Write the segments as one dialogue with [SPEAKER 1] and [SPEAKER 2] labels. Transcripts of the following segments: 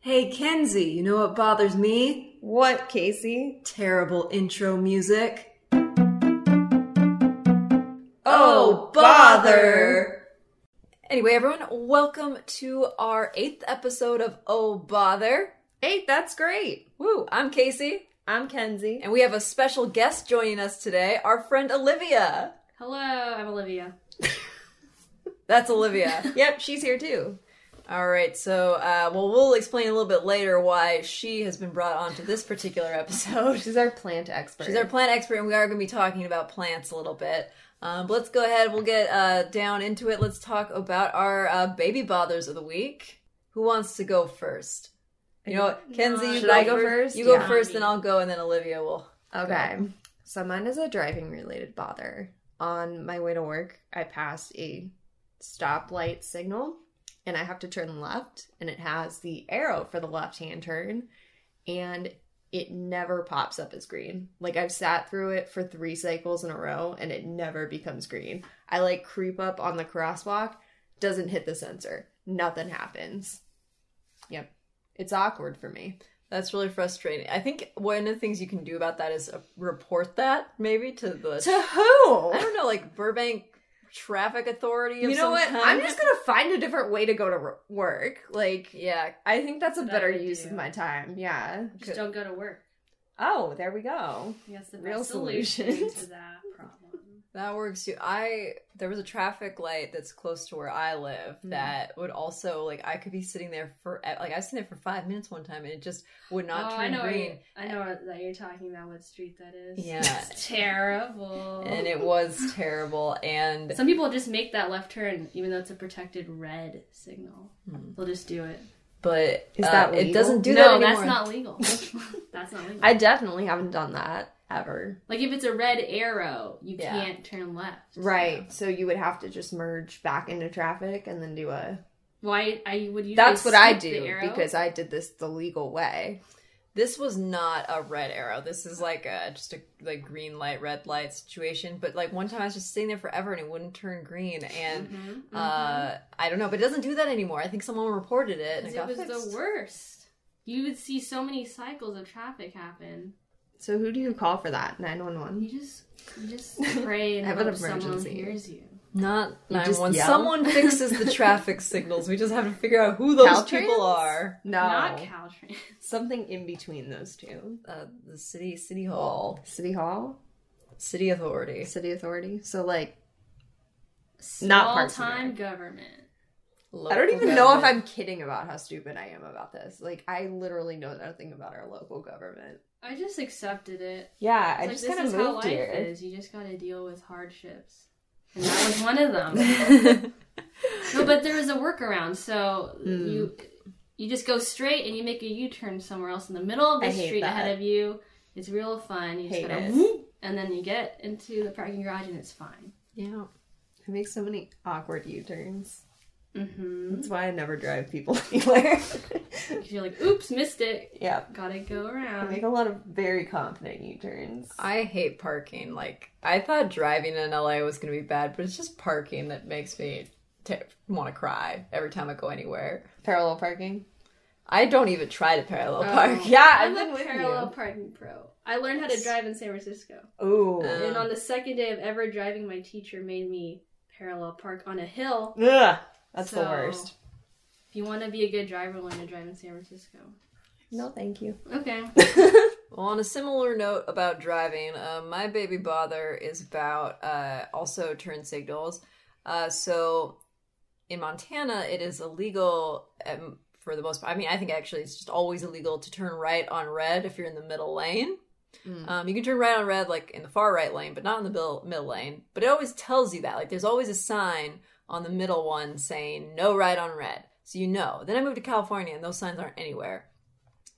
[SPEAKER 1] Hey, Kenzie, you know what bothers me?
[SPEAKER 2] What, Casey?
[SPEAKER 1] Terrible intro music.
[SPEAKER 2] Oh, bother.
[SPEAKER 1] Anyway, everyone, welcome to our eighth episode of Oh Bother.
[SPEAKER 2] Hey, that's great.
[SPEAKER 1] Woo, I'm Casey,
[SPEAKER 2] I'm Kenzie.
[SPEAKER 1] and we have a special guest joining us today, our friend Olivia.
[SPEAKER 3] Hello, I'm Olivia.
[SPEAKER 1] That's Olivia.
[SPEAKER 2] Yep, she's here too.
[SPEAKER 1] All right, so uh, well, we'll explain a little bit later why she has been brought onto this particular episode.
[SPEAKER 2] She's our plant expert.
[SPEAKER 1] She's our plant expert, and we are going to be talking about plants a little bit. Um, but let's go ahead. We'll get uh, down into it. Let's talk about our uh, baby bothers of the week. Who wants to go first? You know, what? Kenzie, you
[SPEAKER 2] Should I go first?
[SPEAKER 1] You go
[SPEAKER 2] Yeah.
[SPEAKER 1] first, then I'll go, and then Olivia will.
[SPEAKER 2] Okay. So mine is a driving related bother. On my way to work, I passed a stoplight signal and I have to turn left and it has the arrow for the left hand turn and it never pops up as green. Like I've sat through it for 3 cycles in a row and it never becomes green. I like creep up on the crosswalk, doesn't hit the sensor. Nothing happens. Yep. It's awkward for me.
[SPEAKER 1] That's really frustrating. I think one of the things you can do about that is uh, report that maybe to the
[SPEAKER 2] To who?
[SPEAKER 1] I don't know, like Burbank Traffic Authority. Of
[SPEAKER 2] You know
[SPEAKER 1] some
[SPEAKER 2] what?
[SPEAKER 1] Kind.
[SPEAKER 2] I'm just gonna find a different way to go to wor- work. Like,
[SPEAKER 1] yeah.
[SPEAKER 2] I think that's a
[SPEAKER 3] That
[SPEAKER 2] better
[SPEAKER 3] would
[SPEAKER 2] use of
[SPEAKER 3] do.
[SPEAKER 2] my time. Yeah.
[SPEAKER 3] Just don't go to work.
[SPEAKER 2] Oh, there we go.
[SPEAKER 3] Yes, the
[SPEAKER 2] Real
[SPEAKER 3] best solution
[SPEAKER 2] solutions.
[SPEAKER 3] to that problem.
[SPEAKER 1] That works too. I there was a traffic light that's close to where I live
[SPEAKER 3] Mm-hmm.
[SPEAKER 2] Mm.
[SPEAKER 1] that would also like I could be sitting there for like I was sitting there for five minutes one time and it just would not
[SPEAKER 3] oh, I
[SPEAKER 1] turn
[SPEAKER 3] know.
[SPEAKER 1] green.
[SPEAKER 3] I know that you're talking about what street that is.
[SPEAKER 1] Yeah.
[SPEAKER 3] it's terrible.
[SPEAKER 1] And it was terrible, and
[SPEAKER 3] Some people just make that left turn, even though it's a protected red signal.
[SPEAKER 1] Hmm.
[SPEAKER 3] They'll just do it.
[SPEAKER 1] but
[SPEAKER 2] Is
[SPEAKER 1] uh,
[SPEAKER 2] that
[SPEAKER 1] it
[SPEAKER 2] legal?
[SPEAKER 1] doesn't do that
[SPEAKER 3] no,
[SPEAKER 1] anymore.
[SPEAKER 3] that's not legal. that's not legal.
[SPEAKER 2] I definitely haven't done that ever.
[SPEAKER 3] Like if it's a red arrow, you
[SPEAKER 1] Yeah.
[SPEAKER 3] can't turn left.
[SPEAKER 2] Right. So you would have to just merge back into traffic and then do a.
[SPEAKER 3] Why? I would usually.
[SPEAKER 2] That's what I
[SPEAKER 3] skip the
[SPEAKER 2] do
[SPEAKER 3] arrow.
[SPEAKER 2] because I did this the legal way.
[SPEAKER 1] This was not a red arrow. This is like a just a like green light, red light situation. But like one time I was just sitting there forever and it wouldn't turn green, and
[SPEAKER 3] Mhm, mhm.
[SPEAKER 1] uh, I don't know, but it doesn't do that anymore. I think someone reported it and it,
[SPEAKER 3] Because
[SPEAKER 1] got
[SPEAKER 3] it was
[SPEAKER 1] fixed.
[SPEAKER 3] the worst. You would see so many cycles of traffic happen.
[SPEAKER 2] So who do you call for that? Nine one one.
[SPEAKER 3] You just, you just pray and
[SPEAKER 2] I have an
[SPEAKER 3] hope someone
[SPEAKER 2] emergency.
[SPEAKER 3] hears you.
[SPEAKER 1] Not
[SPEAKER 2] You
[SPEAKER 1] nine
[SPEAKER 2] just
[SPEAKER 1] one.
[SPEAKER 2] yell?
[SPEAKER 1] Someone fixes the traffic signals. We just have to figure out who those
[SPEAKER 2] Caltrans?
[SPEAKER 1] people are.
[SPEAKER 2] No.
[SPEAKER 3] Not Caltrans.
[SPEAKER 2] Something in between those two.
[SPEAKER 1] Uh, the city, city hall,
[SPEAKER 2] City Hall,
[SPEAKER 1] city authority.
[SPEAKER 2] City Authority. So like, Not
[SPEAKER 3] Small
[SPEAKER 2] Parks and
[SPEAKER 3] time
[SPEAKER 2] Rec.
[SPEAKER 3] government.
[SPEAKER 2] I don't
[SPEAKER 1] local
[SPEAKER 2] even know if
[SPEAKER 1] government.
[SPEAKER 2] I'm kidding about how stupid I am about this. Like, I literally know nothing about our local government.
[SPEAKER 3] I just accepted it.
[SPEAKER 2] Yeah,
[SPEAKER 3] It's like, this
[SPEAKER 2] kinda
[SPEAKER 3] is how life is. You just gotta deal with hardships, and that was one of them. no, but there was a workaround. So
[SPEAKER 2] Hmm.
[SPEAKER 3] you, you just go straight and you make a U turn somewhere else in the middle of
[SPEAKER 2] I
[SPEAKER 3] the
[SPEAKER 2] hate
[SPEAKER 3] street
[SPEAKER 2] that.
[SPEAKER 3] ahead of you. It's real fun. You just
[SPEAKER 2] Hate
[SPEAKER 3] gotta
[SPEAKER 2] it.
[SPEAKER 3] whoop, and then you get into the parking garage and it's fine.
[SPEAKER 1] yeah.
[SPEAKER 2] I make so many awkward U turns.
[SPEAKER 3] Mm-hmm.
[SPEAKER 2] That's why I never drive people anywhere.
[SPEAKER 3] Because you're like, oops, missed it.
[SPEAKER 2] yeah,
[SPEAKER 3] Gotta go
[SPEAKER 2] I
[SPEAKER 3] around.
[SPEAKER 2] make a lot of very confident U turns.
[SPEAKER 1] I hate parking. Like I thought driving in LA was gonna be bad, but it's just parking that makes me t- want to cry every time I go anywhere.
[SPEAKER 2] Parallel parking.
[SPEAKER 1] I don't even try to parallel
[SPEAKER 3] Oh.
[SPEAKER 1] park.
[SPEAKER 2] Yeah,
[SPEAKER 3] I'm
[SPEAKER 2] I've been
[SPEAKER 3] a
[SPEAKER 2] with
[SPEAKER 3] parallel parking pro. I learned how to drive in San Francisco.
[SPEAKER 2] you. Ooh.
[SPEAKER 1] Uh,
[SPEAKER 3] And on the second day of ever driving, my teacher made me parallel park on a hill.
[SPEAKER 2] Ugh, that's the
[SPEAKER 3] So-
[SPEAKER 2] worst.
[SPEAKER 3] If you want to be a good driver, learn to drive in San Francisco.
[SPEAKER 2] No, thank you.
[SPEAKER 3] Okay.
[SPEAKER 1] Well, on a similar note about driving, uh, my baby bother is about uh, also turn signals. Uh, so in Montana, it is illegal um, for the most part. I mean, I think actually it's just always illegal to turn right on red if you're in the middle lane.
[SPEAKER 2] Mm.
[SPEAKER 1] Um, you can turn right on red, like in the far right lane, but not in the middle, middle lane. But it always tells you that. Like there's always a sign on the middle one saying no right on red. So you know. Then I moved to California and those signs aren't anywhere.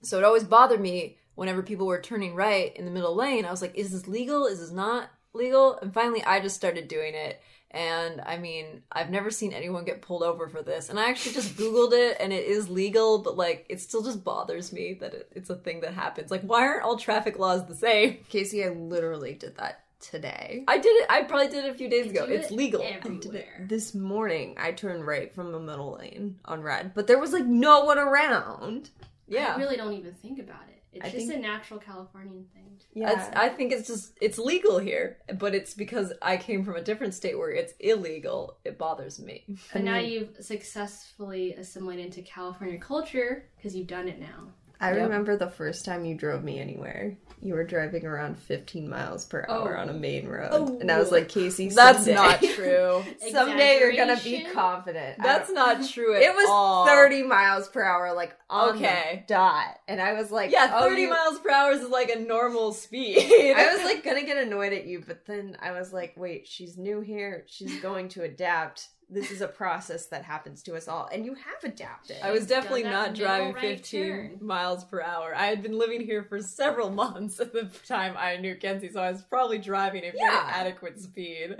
[SPEAKER 1] So it always bothered me whenever people were turning right in the middle lane. I was like, is this legal? Is this not legal? And finally, I just started doing it. And I mean, I've never seen anyone get pulled over for this. And I actually just Googled it and it is legal, but like, it still just bothers me that it, it's a thing that happens. Like, why aren't all traffic laws the same?
[SPEAKER 2] Casey, I literally did that today.
[SPEAKER 1] I did it, I probably did it a few days
[SPEAKER 3] You
[SPEAKER 1] ago.
[SPEAKER 3] do
[SPEAKER 1] It's
[SPEAKER 3] it
[SPEAKER 1] legal.
[SPEAKER 3] Everywhere.
[SPEAKER 2] This morning, I turned right from the middle lane on red, but there was like no one around.
[SPEAKER 1] Yeah.
[SPEAKER 3] I really don't even think about it. It's
[SPEAKER 1] I
[SPEAKER 3] just
[SPEAKER 1] think-
[SPEAKER 3] a natural Californian thing.
[SPEAKER 1] That's- I think it's just it's legal here, but it's because I came from a different state where it's illegal. It bothers me.
[SPEAKER 3] But now
[SPEAKER 2] mean-
[SPEAKER 3] you've successfully assimilated into California culture because you've done it now.
[SPEAKER 2] I
[SPEAKER 1] Yep.
[SPEAKER 2] remember the first time you drove me anywhere. You were driving around 15 miles per hour
[SPEAKER 3] Oh.
[SPEAKER 2] on a main road,
[SPEAKER 1] Oh.
[SPEAKER 2] and I was like, Casey,
[SPEAKER 1] That's
[SPEAKER 2] someday-
[SPEAKER 1] not true.
[SPEAKER 2] Someday you're gonna be
[SPEAKER 3] Exaggeration?
[SPEAKER 2] confident. I
[SPEAKER 1] That's
[SPEAKER 2] don't-
[SPEAKER 1] not true at
[SPEAKER 2] It was
[SPEAKER 1] all.
[SPEAKER 2] 30 miles per hour, like on
[SPEAKER 1] Okay.
[SPEAKER 2] the dot, and I was like,
[SPEAKER 1] Yeah,
[SPEAKER 2] oh,
[SPEAKER 1] thirty
[SPEAKER 2] you-
[SPEAKER 1] miles per hour is like a normal speed.
[SPEAKER 2] I was like gonna get annoyed at you, but then I was like, wait, she's new here. She's going to adapt. This is a process that happens to us all, and you have adapted.
[SPEAKER 1] I was
[SPEAKER 3] She's done
[SPEAKER 1] definitely
[SPEAKER 3] that
[SPEAKER 1] not
[SPEAKER 3] middle
[SPEAKER 1] driving
[SPEAKER 3] right
[SPEAKER 1] 15
[SPEAKER 3] turn.
[SPEAKER 1] miles per hour. I had been living here for several months at the time I knew Kenzie, so I was probably driving at very
[SPEAKER 2] Yeah.
[SPEAKER 1] adequate speed.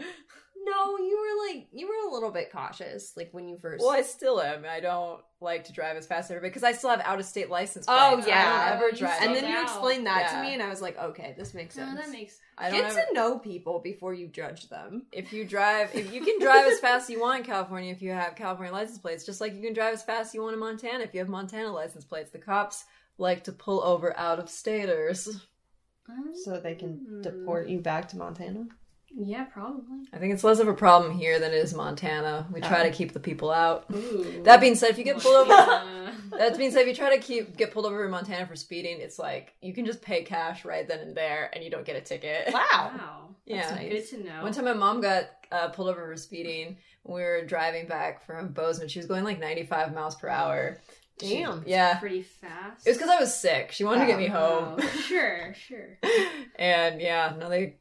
[SPEAKER 2] no, you were like you were a little bit cautious, like when you first.
[SPEAKER 1] Well, I still am. I don't like to drive as fast as everybody because I still have out of state license.
[SPEAKER 2] Oh,
[SPEAKER 1] plates. I
[SPEAKER 2] yeah.
[SPEAKER 1] don't ever
[SPEAKER 3] You
[SPEAKER 1] drive.
[SPEAKER 3] still
[SPEAKER 2] and
[SPEAKER 1] out-
[SPEAKER 2] then you
[SPEAKER 3] Wow.
[SPEAKER 2] explained that
[SPEAKER 1] Yeah.
[SPEAKER 2] to me, and I was like, okay, this makes
[SPEAKER 3] No,
[SPEAKER 2] sense.
[SPEAKER 3] Oh, that makes sense.
[SPEAKER 1] I don't
[SPEAKER 2] Get
[SPEAKER 1] ever-
[SPEAKER 2] to know people before you judge them.
[SPEAKER 1] if you drive, if you can drive as fast as you want in California, if you have California license plates, just like you can drive as fast as you want in Montana if you have Montana license plates. The cops like to pull over out of staters.
[SPEAKER 2] So they can
[SPEAKER 3] Mm.
[SPEAKER 2] deport you back to Montana.
[SPEAKER 3] Yeah, probably.
[SPEAKER 1] I think it's less of a problem here than it is Montana. We try
[SPEAKER 2] Oh.
[SPEAKER 3] Uh-huh.
[SPEAKER 1] to keep the people out.
[SPEAKER 3] Ooh.
[SPEAKER 1] That being said, if you get pulled over,
[SPEAKER 3] Yeah.
[SPEAKER 1] that being said, if you try to keep get pulled over in Montana for speeding, it's like you can just pay cash right then and there, and you don't get a ticket.
[SPEAKER 3] wow.
[SPEAKER 1] Yeah.
[SPEAKER 3] That's Good to know.
[SPEAKER 1] One time, my mom got uh, pulled over for speeding when we were driving back from Bozeman. She was going like 95 miles per hour. She-
[SPEAKER 2] Damn.
[SPEAKER 1] yeah.
[SPEAKER 3] Pretty fast.
[SPEAKER 1] uh, It was because I was sick. She wanted to get me home,
[SPEAKER 3] Oh, sure, sure.
[SPEAKER 1] and yeah, no, they,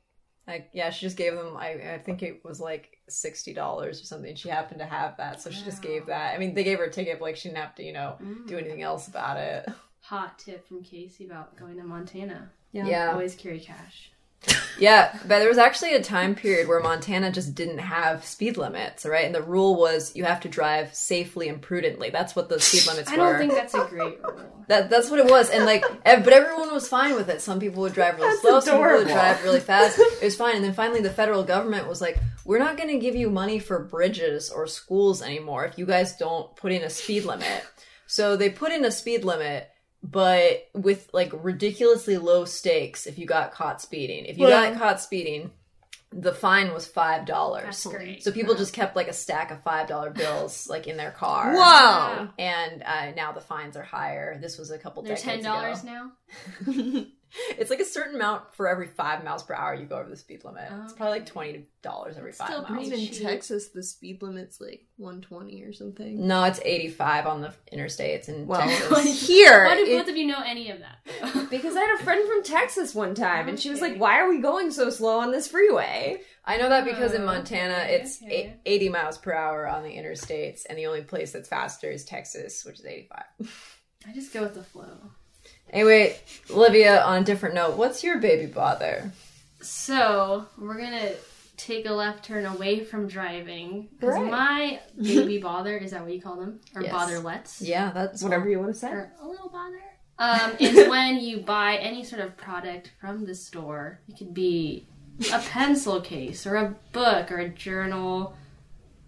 [SPEAKER 1] like, yeah, she just gave them. I, I think it was like sixty dollars or something. She happened to have that, so she just
[SPEAKER 3] Wow.
[SPEAKER 1] gave that. I mean, they gave her a ticket, but like she didn't have to, you know,
[SPEAKER 3] Mm.
[SPEAKER 1] do anything else about it.
[SPEAKER 3] Hot tip from Casey about going to Montana.
[SPEAKER 2] Yeah.
[SPEAKER 1] Yeah,
[SPEAKER 3] Always carry cash.
[SPEAKER 1] yeah, but there was actually a time period where Montana just didn't have speed limits, right? And the rule was you have to drive safely and prudently. That's what those speed limits
[SPEAKER 3] I
[SPEAKER 1] were.
[SPEAKER 3] don't think that's a great rule.
[SPEAKER 1] That that's what it was, and like, ev- but everyone was fine with it. Some people would drive really
[SPEAKER 2] That's
[SPEAKER 1] slow, some people would
[SPEAKER 2] adorable.
[SPEAKER 1] drive really fast. It was fine, and then finally, the federal government was like, "We're not going to give you money for bridges or schools anymore if you guys don't put in a speed limit." So they put in a speed limit, but with like ridiculously low stakes. If you got caught speeding, if you
[SPEAKER 2] Yeah.
[SPEAKER 1] got caught speeding, the fine was five dollars.
[SPEAKER 3] That's great.
[SPEAKER 1] So people just kept like a stack of five dollar bills like in their car
[SPEAKER 2] Whoa.
[SPEAKER 3] Wow.
[SPEAKER 1] and uh, now the fines are higher. This was a couple
[SPEAKER 3] They're ten
[SPEAKER 1] decades
[SPEAKER 3] dollars
[SPEAKER 1] ago.
[SPEAKER 3] now.
[SPEAKER 1] It's like a certain amount for every five miles per hour you go over the speed limit. It's probably like
[SPEAKER 3] Okay.
[SPEAKER 1] twenty dollars every
[SPEAKER 3] It's
[SPEAKER 1] five
[SPEAKER 3] Oh. still
[SPEAKER 1] miles.
[SPEAKER 3] pretty-
[SPEAKER 2] Even
[SPEAKER 3] Cheap.
[SPEAKER 2] Texas, the speed limit's like 120 or something.
[SPEAKER 1] No, it's eighty-five on the interstates in
[SPEAKER 2] Well,
[SPEAKER 1] Texas.
[SPEAKER 2] here.
[SPEAKER 3] Why do
[SPEAKER 2] it-
[SPEAKER 3] both of you know any of that? though?
[SPEAKER 2] because I had a friend from Texas one time, and she was like,
[SPEAKER 3] Okay.
[SPEAKER 2] "Why are we going so slow on this freeway?"
[SPEAKER 1] I know that because in
[SPEAKER 3] Oh,
[SPEAKER 1] Montana
[SPEAKER 3] okay,
[SPEAKER 1] it's eight-
[SPEAKER 3] okay.
[SPEAKER 1] eighty miles per hour on the interstates, and the only place that's faster is Texas, which is eighty-five.
[SPEAKER 3] I just go with the flow.
[SPEAKER 1] Anyway, Olivia, on a different note, what's your baby bother?
[SPEAKER 3] So we're gonna take a left turn away from driving because
[SPEAKER 2] Right.
[SPEAKER 3] my baby bother is that what you call them or
[SPEAKER 1] Yes.
[SPEAKER 3] botherlets?
[SPEAKER 1] Yeah, that's
[SPEAKER 2] Whatever you want to say.
[SPEAKER 3] or a little bother. Um, is when you buy any sort of product from the store. It could be a pencil case or a book or a journal,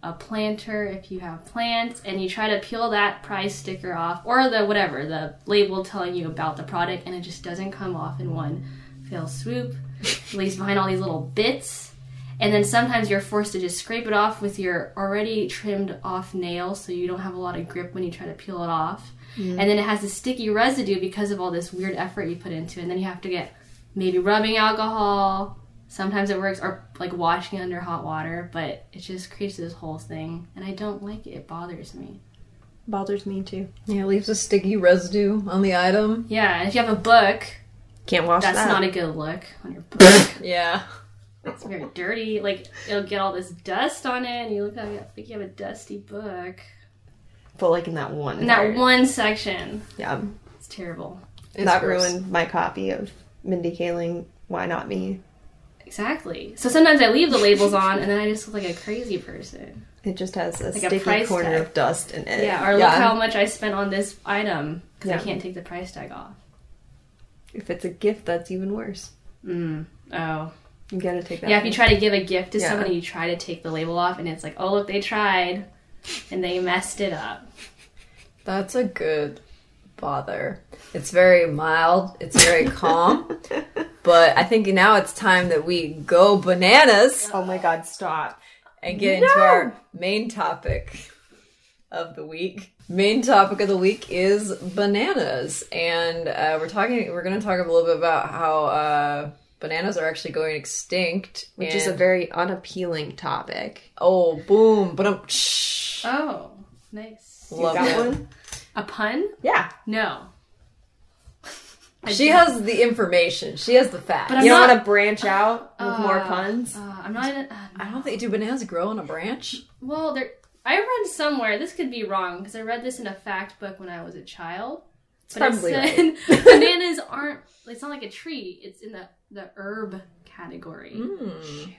[SPEAKER 3] a planter if you have plants, and you try to peel that price sticker off or the whatever, the label telling you about the product, and it just doesn't come off in one fell swoop. It leaves behind all these little bits. And then sometimes you're forced to just scrape it off with your already trimmed off nail so you don't have a lot of grip when you try to peel it off and then it has this sticky residue because of all this weird effort you put into it. And then you have to get maybe rubbing alcohol. Sometimes it works, or like washing it under hot water, but it just creates this whole thing, and I don't like it. It bothers me.
[SPEAKER 2] Bothers me too.
[SPEAKER 1] yeah, it leaves a sticky residue on the item.
[SPEAKER 3] Yeah, and if you have a book,
[SPEAKER 2] Can't wash
[SPEAKER 3] that's
[SPEAKER 2] that.
[SPEAKER 3] not a good look on your book.
[SPEAKER 1] Yeah.
[SPEAKER 3] it's very dirty. Like it'll get all this dust on it, and you look like like you have a dusty book.
[SPEAKER 2] but like in that one.
[SPEAKER 3] And that
[SPEAKER 2] part.
[SPEAKER 3] one section,
[SPEAKER 2] Yeah.
[SPEAKER 3] it's terrible.
[SPEAKER 1] It's
[SPEAKER 2] that
[SPEAKER 1] gross.
[SPEAKER 2] ruined my copy of Mindy Kaling. Why not me?
[SPEAKER 3] Exactly. So sometimes I leave the labels on, and then I just look like a crazy person.
[SPEAKER 2] It just has a
[SPEAKER 3] a
[SPEAKER 2] sticky
[SPEAKER 3] price
[SPEAKER 2] corner
[SPEAKER 3] tag.
[SPEAKER 2] of dust in it.
[SPEAKER 3] Uh, Yeah, or look how much I spent on this item because
[SPEAKER 2] Yeah.
[SPEAKER 3] I can't take the price tag off.
[SPEAKER 2] If it's a gift, that's even worse.
[SPEAKER 3] Mm. Oh.
[SPEAKER 2] You gotta take that.
[SPEAKER 3] Yeah, if you try to give a gift to
[SPEAKER 2] Yeah.
[SPEAKER 3] somebody, you try to take the label off, and it's like, oh, look, they tried and they messed it up.
[SPEAKER 1] That's a good bother. It's very mild, it's very calm. but I think now it's time that we go bananas
[SPEAKER 2] Oh my god, stop.
[SPEAKER 1] and get into
[SPEAKER 2] No.
[SPEAKER 1] our main topic of the week. Main topic of the week is bananas, and uh, we're talking. We're going to talk a little bit about how uh, bananas are actually going extinct,
[SPEAKER 2] Which is a
[SPEAKER 1] and-
[SPEAKER 2] very unappealing topic.
[SPEAKER 1] oh boom, but I'm
[SPEAKER 3] Oh, nice.
[SPEAKER 1] love it.
[SPEAKER 3] A pun?
[SPEAKER 2] Yeah.
[SPEAKER 3] No. I
[SPEAKER 1] She
[SPEAKER 3] don't-
[SPEAKER 1] has the information. She has the facts.
[SPEAKER 3] But I'm
[SPEAKER 2] you don't
[SPEAKER 3] not-
[SPEAKER 2] want to branch out with more
[SPEAKER 3] Uh,
[SPEAKER 2] puns?
[SPEAKER 3] Uh, I'm not. in- Uh,
[SPEAKER 1] I don't think do bananas grow on a branch.
[SPEAKER 3] Well, there. I read somewhere. This could be wrong because I read this in a fact book when I was a child.
[SPEAKER 1] probably
[SPEAKER 3] it said bananas aren't. It's not like a tree. It's in the the herb category. Hmm.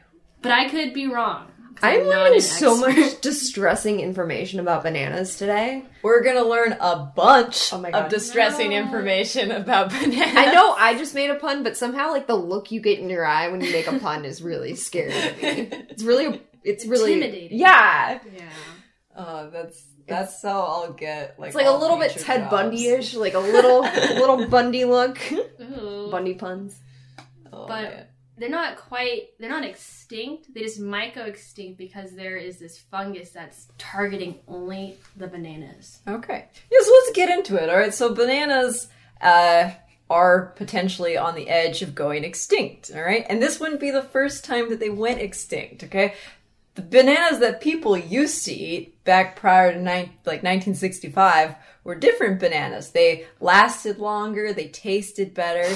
[SPEAKER 3] But I could be wrong. 'cause
[SPEAKER 2] I'm
[SPEAKER 3] not
[SPEAKER 2] learning
[SPEAKER 3] an
[SPEAKER 2] so
[SPEAKER 3] expert.
[SPEAKER 2] much distressing information about bananas today.
[SPEAKER 1] We're gonna learn a bunch
[SPEAKER 2] Oh my
[SPEAKER 1] of
[SPEAKER 2] God.
[SPEAKER 1] distressing
[SPEAKER 3] No.
[SPEAKER 1] information about bananas.
[SPEAKER 2] I know I just made a pun, but somehow like the look you get in your eye when you make a pun is really scary. to me. It's really it's really
[SPEAKER 3] Intimidating.
[SPEAKER 2] Yeah.
[SPEAKER 3] Yeah.
[SPEAKER 1] Oh, that's that's so I'll get like
[SPEAKER 2] It's like a
[SPEAKER 1] all
[SPEAKER 2] little bit
[SPEAKER 1] future
[SPEAKER 2] Ted
[SPEAKER 1] jobs.
[SPEAKER 2] Bundy-ish, like a little little Bundy look.
[SPEAKER 3] Ooh.
[SPEAKER 2] Bundy puns.
[SPEAKER 1] Oh,
[SPEAKER 3] But-
[SPEAKER 1] man.
[SPEAKER 3] they're not quite they're not extinct they just might go extinct because there is this fungus that's targeting only the bananas
[SPEAKER 1] Okay. Yeah, so let's get into it. All right. So bananas uh, are potentially on the edge of going extinct. All right. And this wouldn't be the first time that they went extinct. Okay. The bananas that people used to eat back prior to nine like 1965 were different bananas. They lasted longer. They tasted better.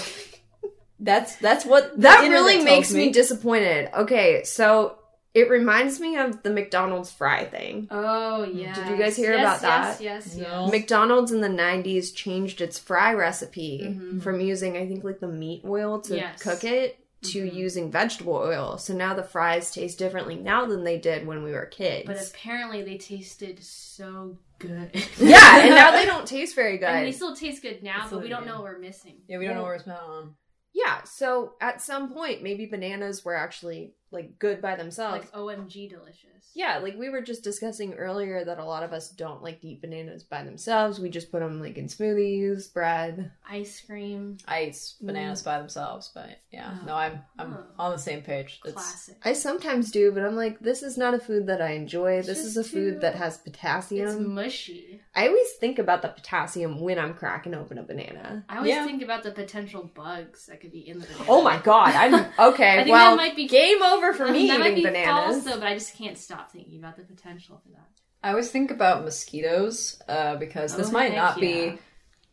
[SPEAKER 1] That's that's what the
[SPEAKER 2] That
[SPEAKER 1] internet
[SPEAKER 2] really
[SPEAKER 1] tells
[SPEAKER 2] makes me disappointed. Okay, so it reminds me of the McDonald's fry thing.
[SPEAKER 3] oh yeah
[SPEAKER 2] Mm, Did you guys hear about that?
[SPEAKER 3] yes yes
[SPEAKER 1] No.
[SPEAKER 3] yes.
[SPEAKER 2] McDonald's in the 90s changed its fry recipe
[SPEAKER 3] Mhm.
[SPEAKER 2] from using, I think, like the meat oil to
[SPEAKER 3] Yes.
[SPEAKER 2] cook it to
[SPEAKER 3] Mhm.
[SPEAKER 2] using vegetable oil. So now the fries taste differently now than they did when we were kids.
[SPEAKER 3] but apparently they tasted so good
[SPEAKER 2] yeah, and now they don't taste very good.
[SPEAKER 3] I mean, they still taste good now
[SPEAKER 1] Still
[SPEAKER 3] but we don't
[SPEAKER 1] good.
[SPEAKER 3] know what we're missing
[SPEAKER 1] Yeah, we don't know where it's from.
[SPEAKER 2] yeah, so at some point, maybe bananas were actually like good by themselves.
[SPEAKER 3] like omg delicious
[SPEAKER 2] yeah, like we were just discussing earlier that a lot of us don't like to eat bananas by themselves. We just put them like in smoothies, bread.
[SPEAKER 3] ice cream
[SPEAKER 1] I eat
[SPEAKER 2] Mm.
[SPEAKER 1] bananas by themselves, but yeah,
[SPEAKER 3] Oh.
[SPEAKER 1] no, I'm I'm
[SPEAKER 3] Oh.
[SPEAKER 1] on the same page. It's
[SPEAKER 3] classic
[SPEAKER 2] I sometimes do, but I'm like, this is not a food that I enjoy.
[SPEAKER 3] It's
[SPEAKER 2] this
[SPEAKER 3] just
[SPEAKER 2] is a
[SPEAKER 3] too-
[SPEAKER 2] food that has
[SPEAKER 3] it's
[SPEAKER 2] potassium.
[SPEAKER 3] mushy
[SPEAKER 2] I always think about the potassium when I'm cracking open a banana.
[SPEAKER 3] i always
[SPEAKER 1] Yeah.
[SPEAKER 3] think about the potential bugs that could be in the banana.
[SPEAKER 2] Oh my god, I'm
[SPEAKER 3] I
[SPEAKER 2] okay.
[SPEAKER 3] think
[SPEAKER 2] well,
[SPEAKER 3] that might be
[SPEAKER 2] game over for me
[SPEAKER 3] that might
[SPEAKER 2] eating
[SPEAKER 3] be
[SPEAKER 2] bananas.
[SPEAKER 3] false though but i just can't stop thinking about the potential for that
[SPEAKER 1] I always think about mosquitoes uh, because this
[SPEAKER 3] Oh,
[SPEAKER 1] might not
[SPEAKER 3] heck yeah.
[SPEAKER 1] be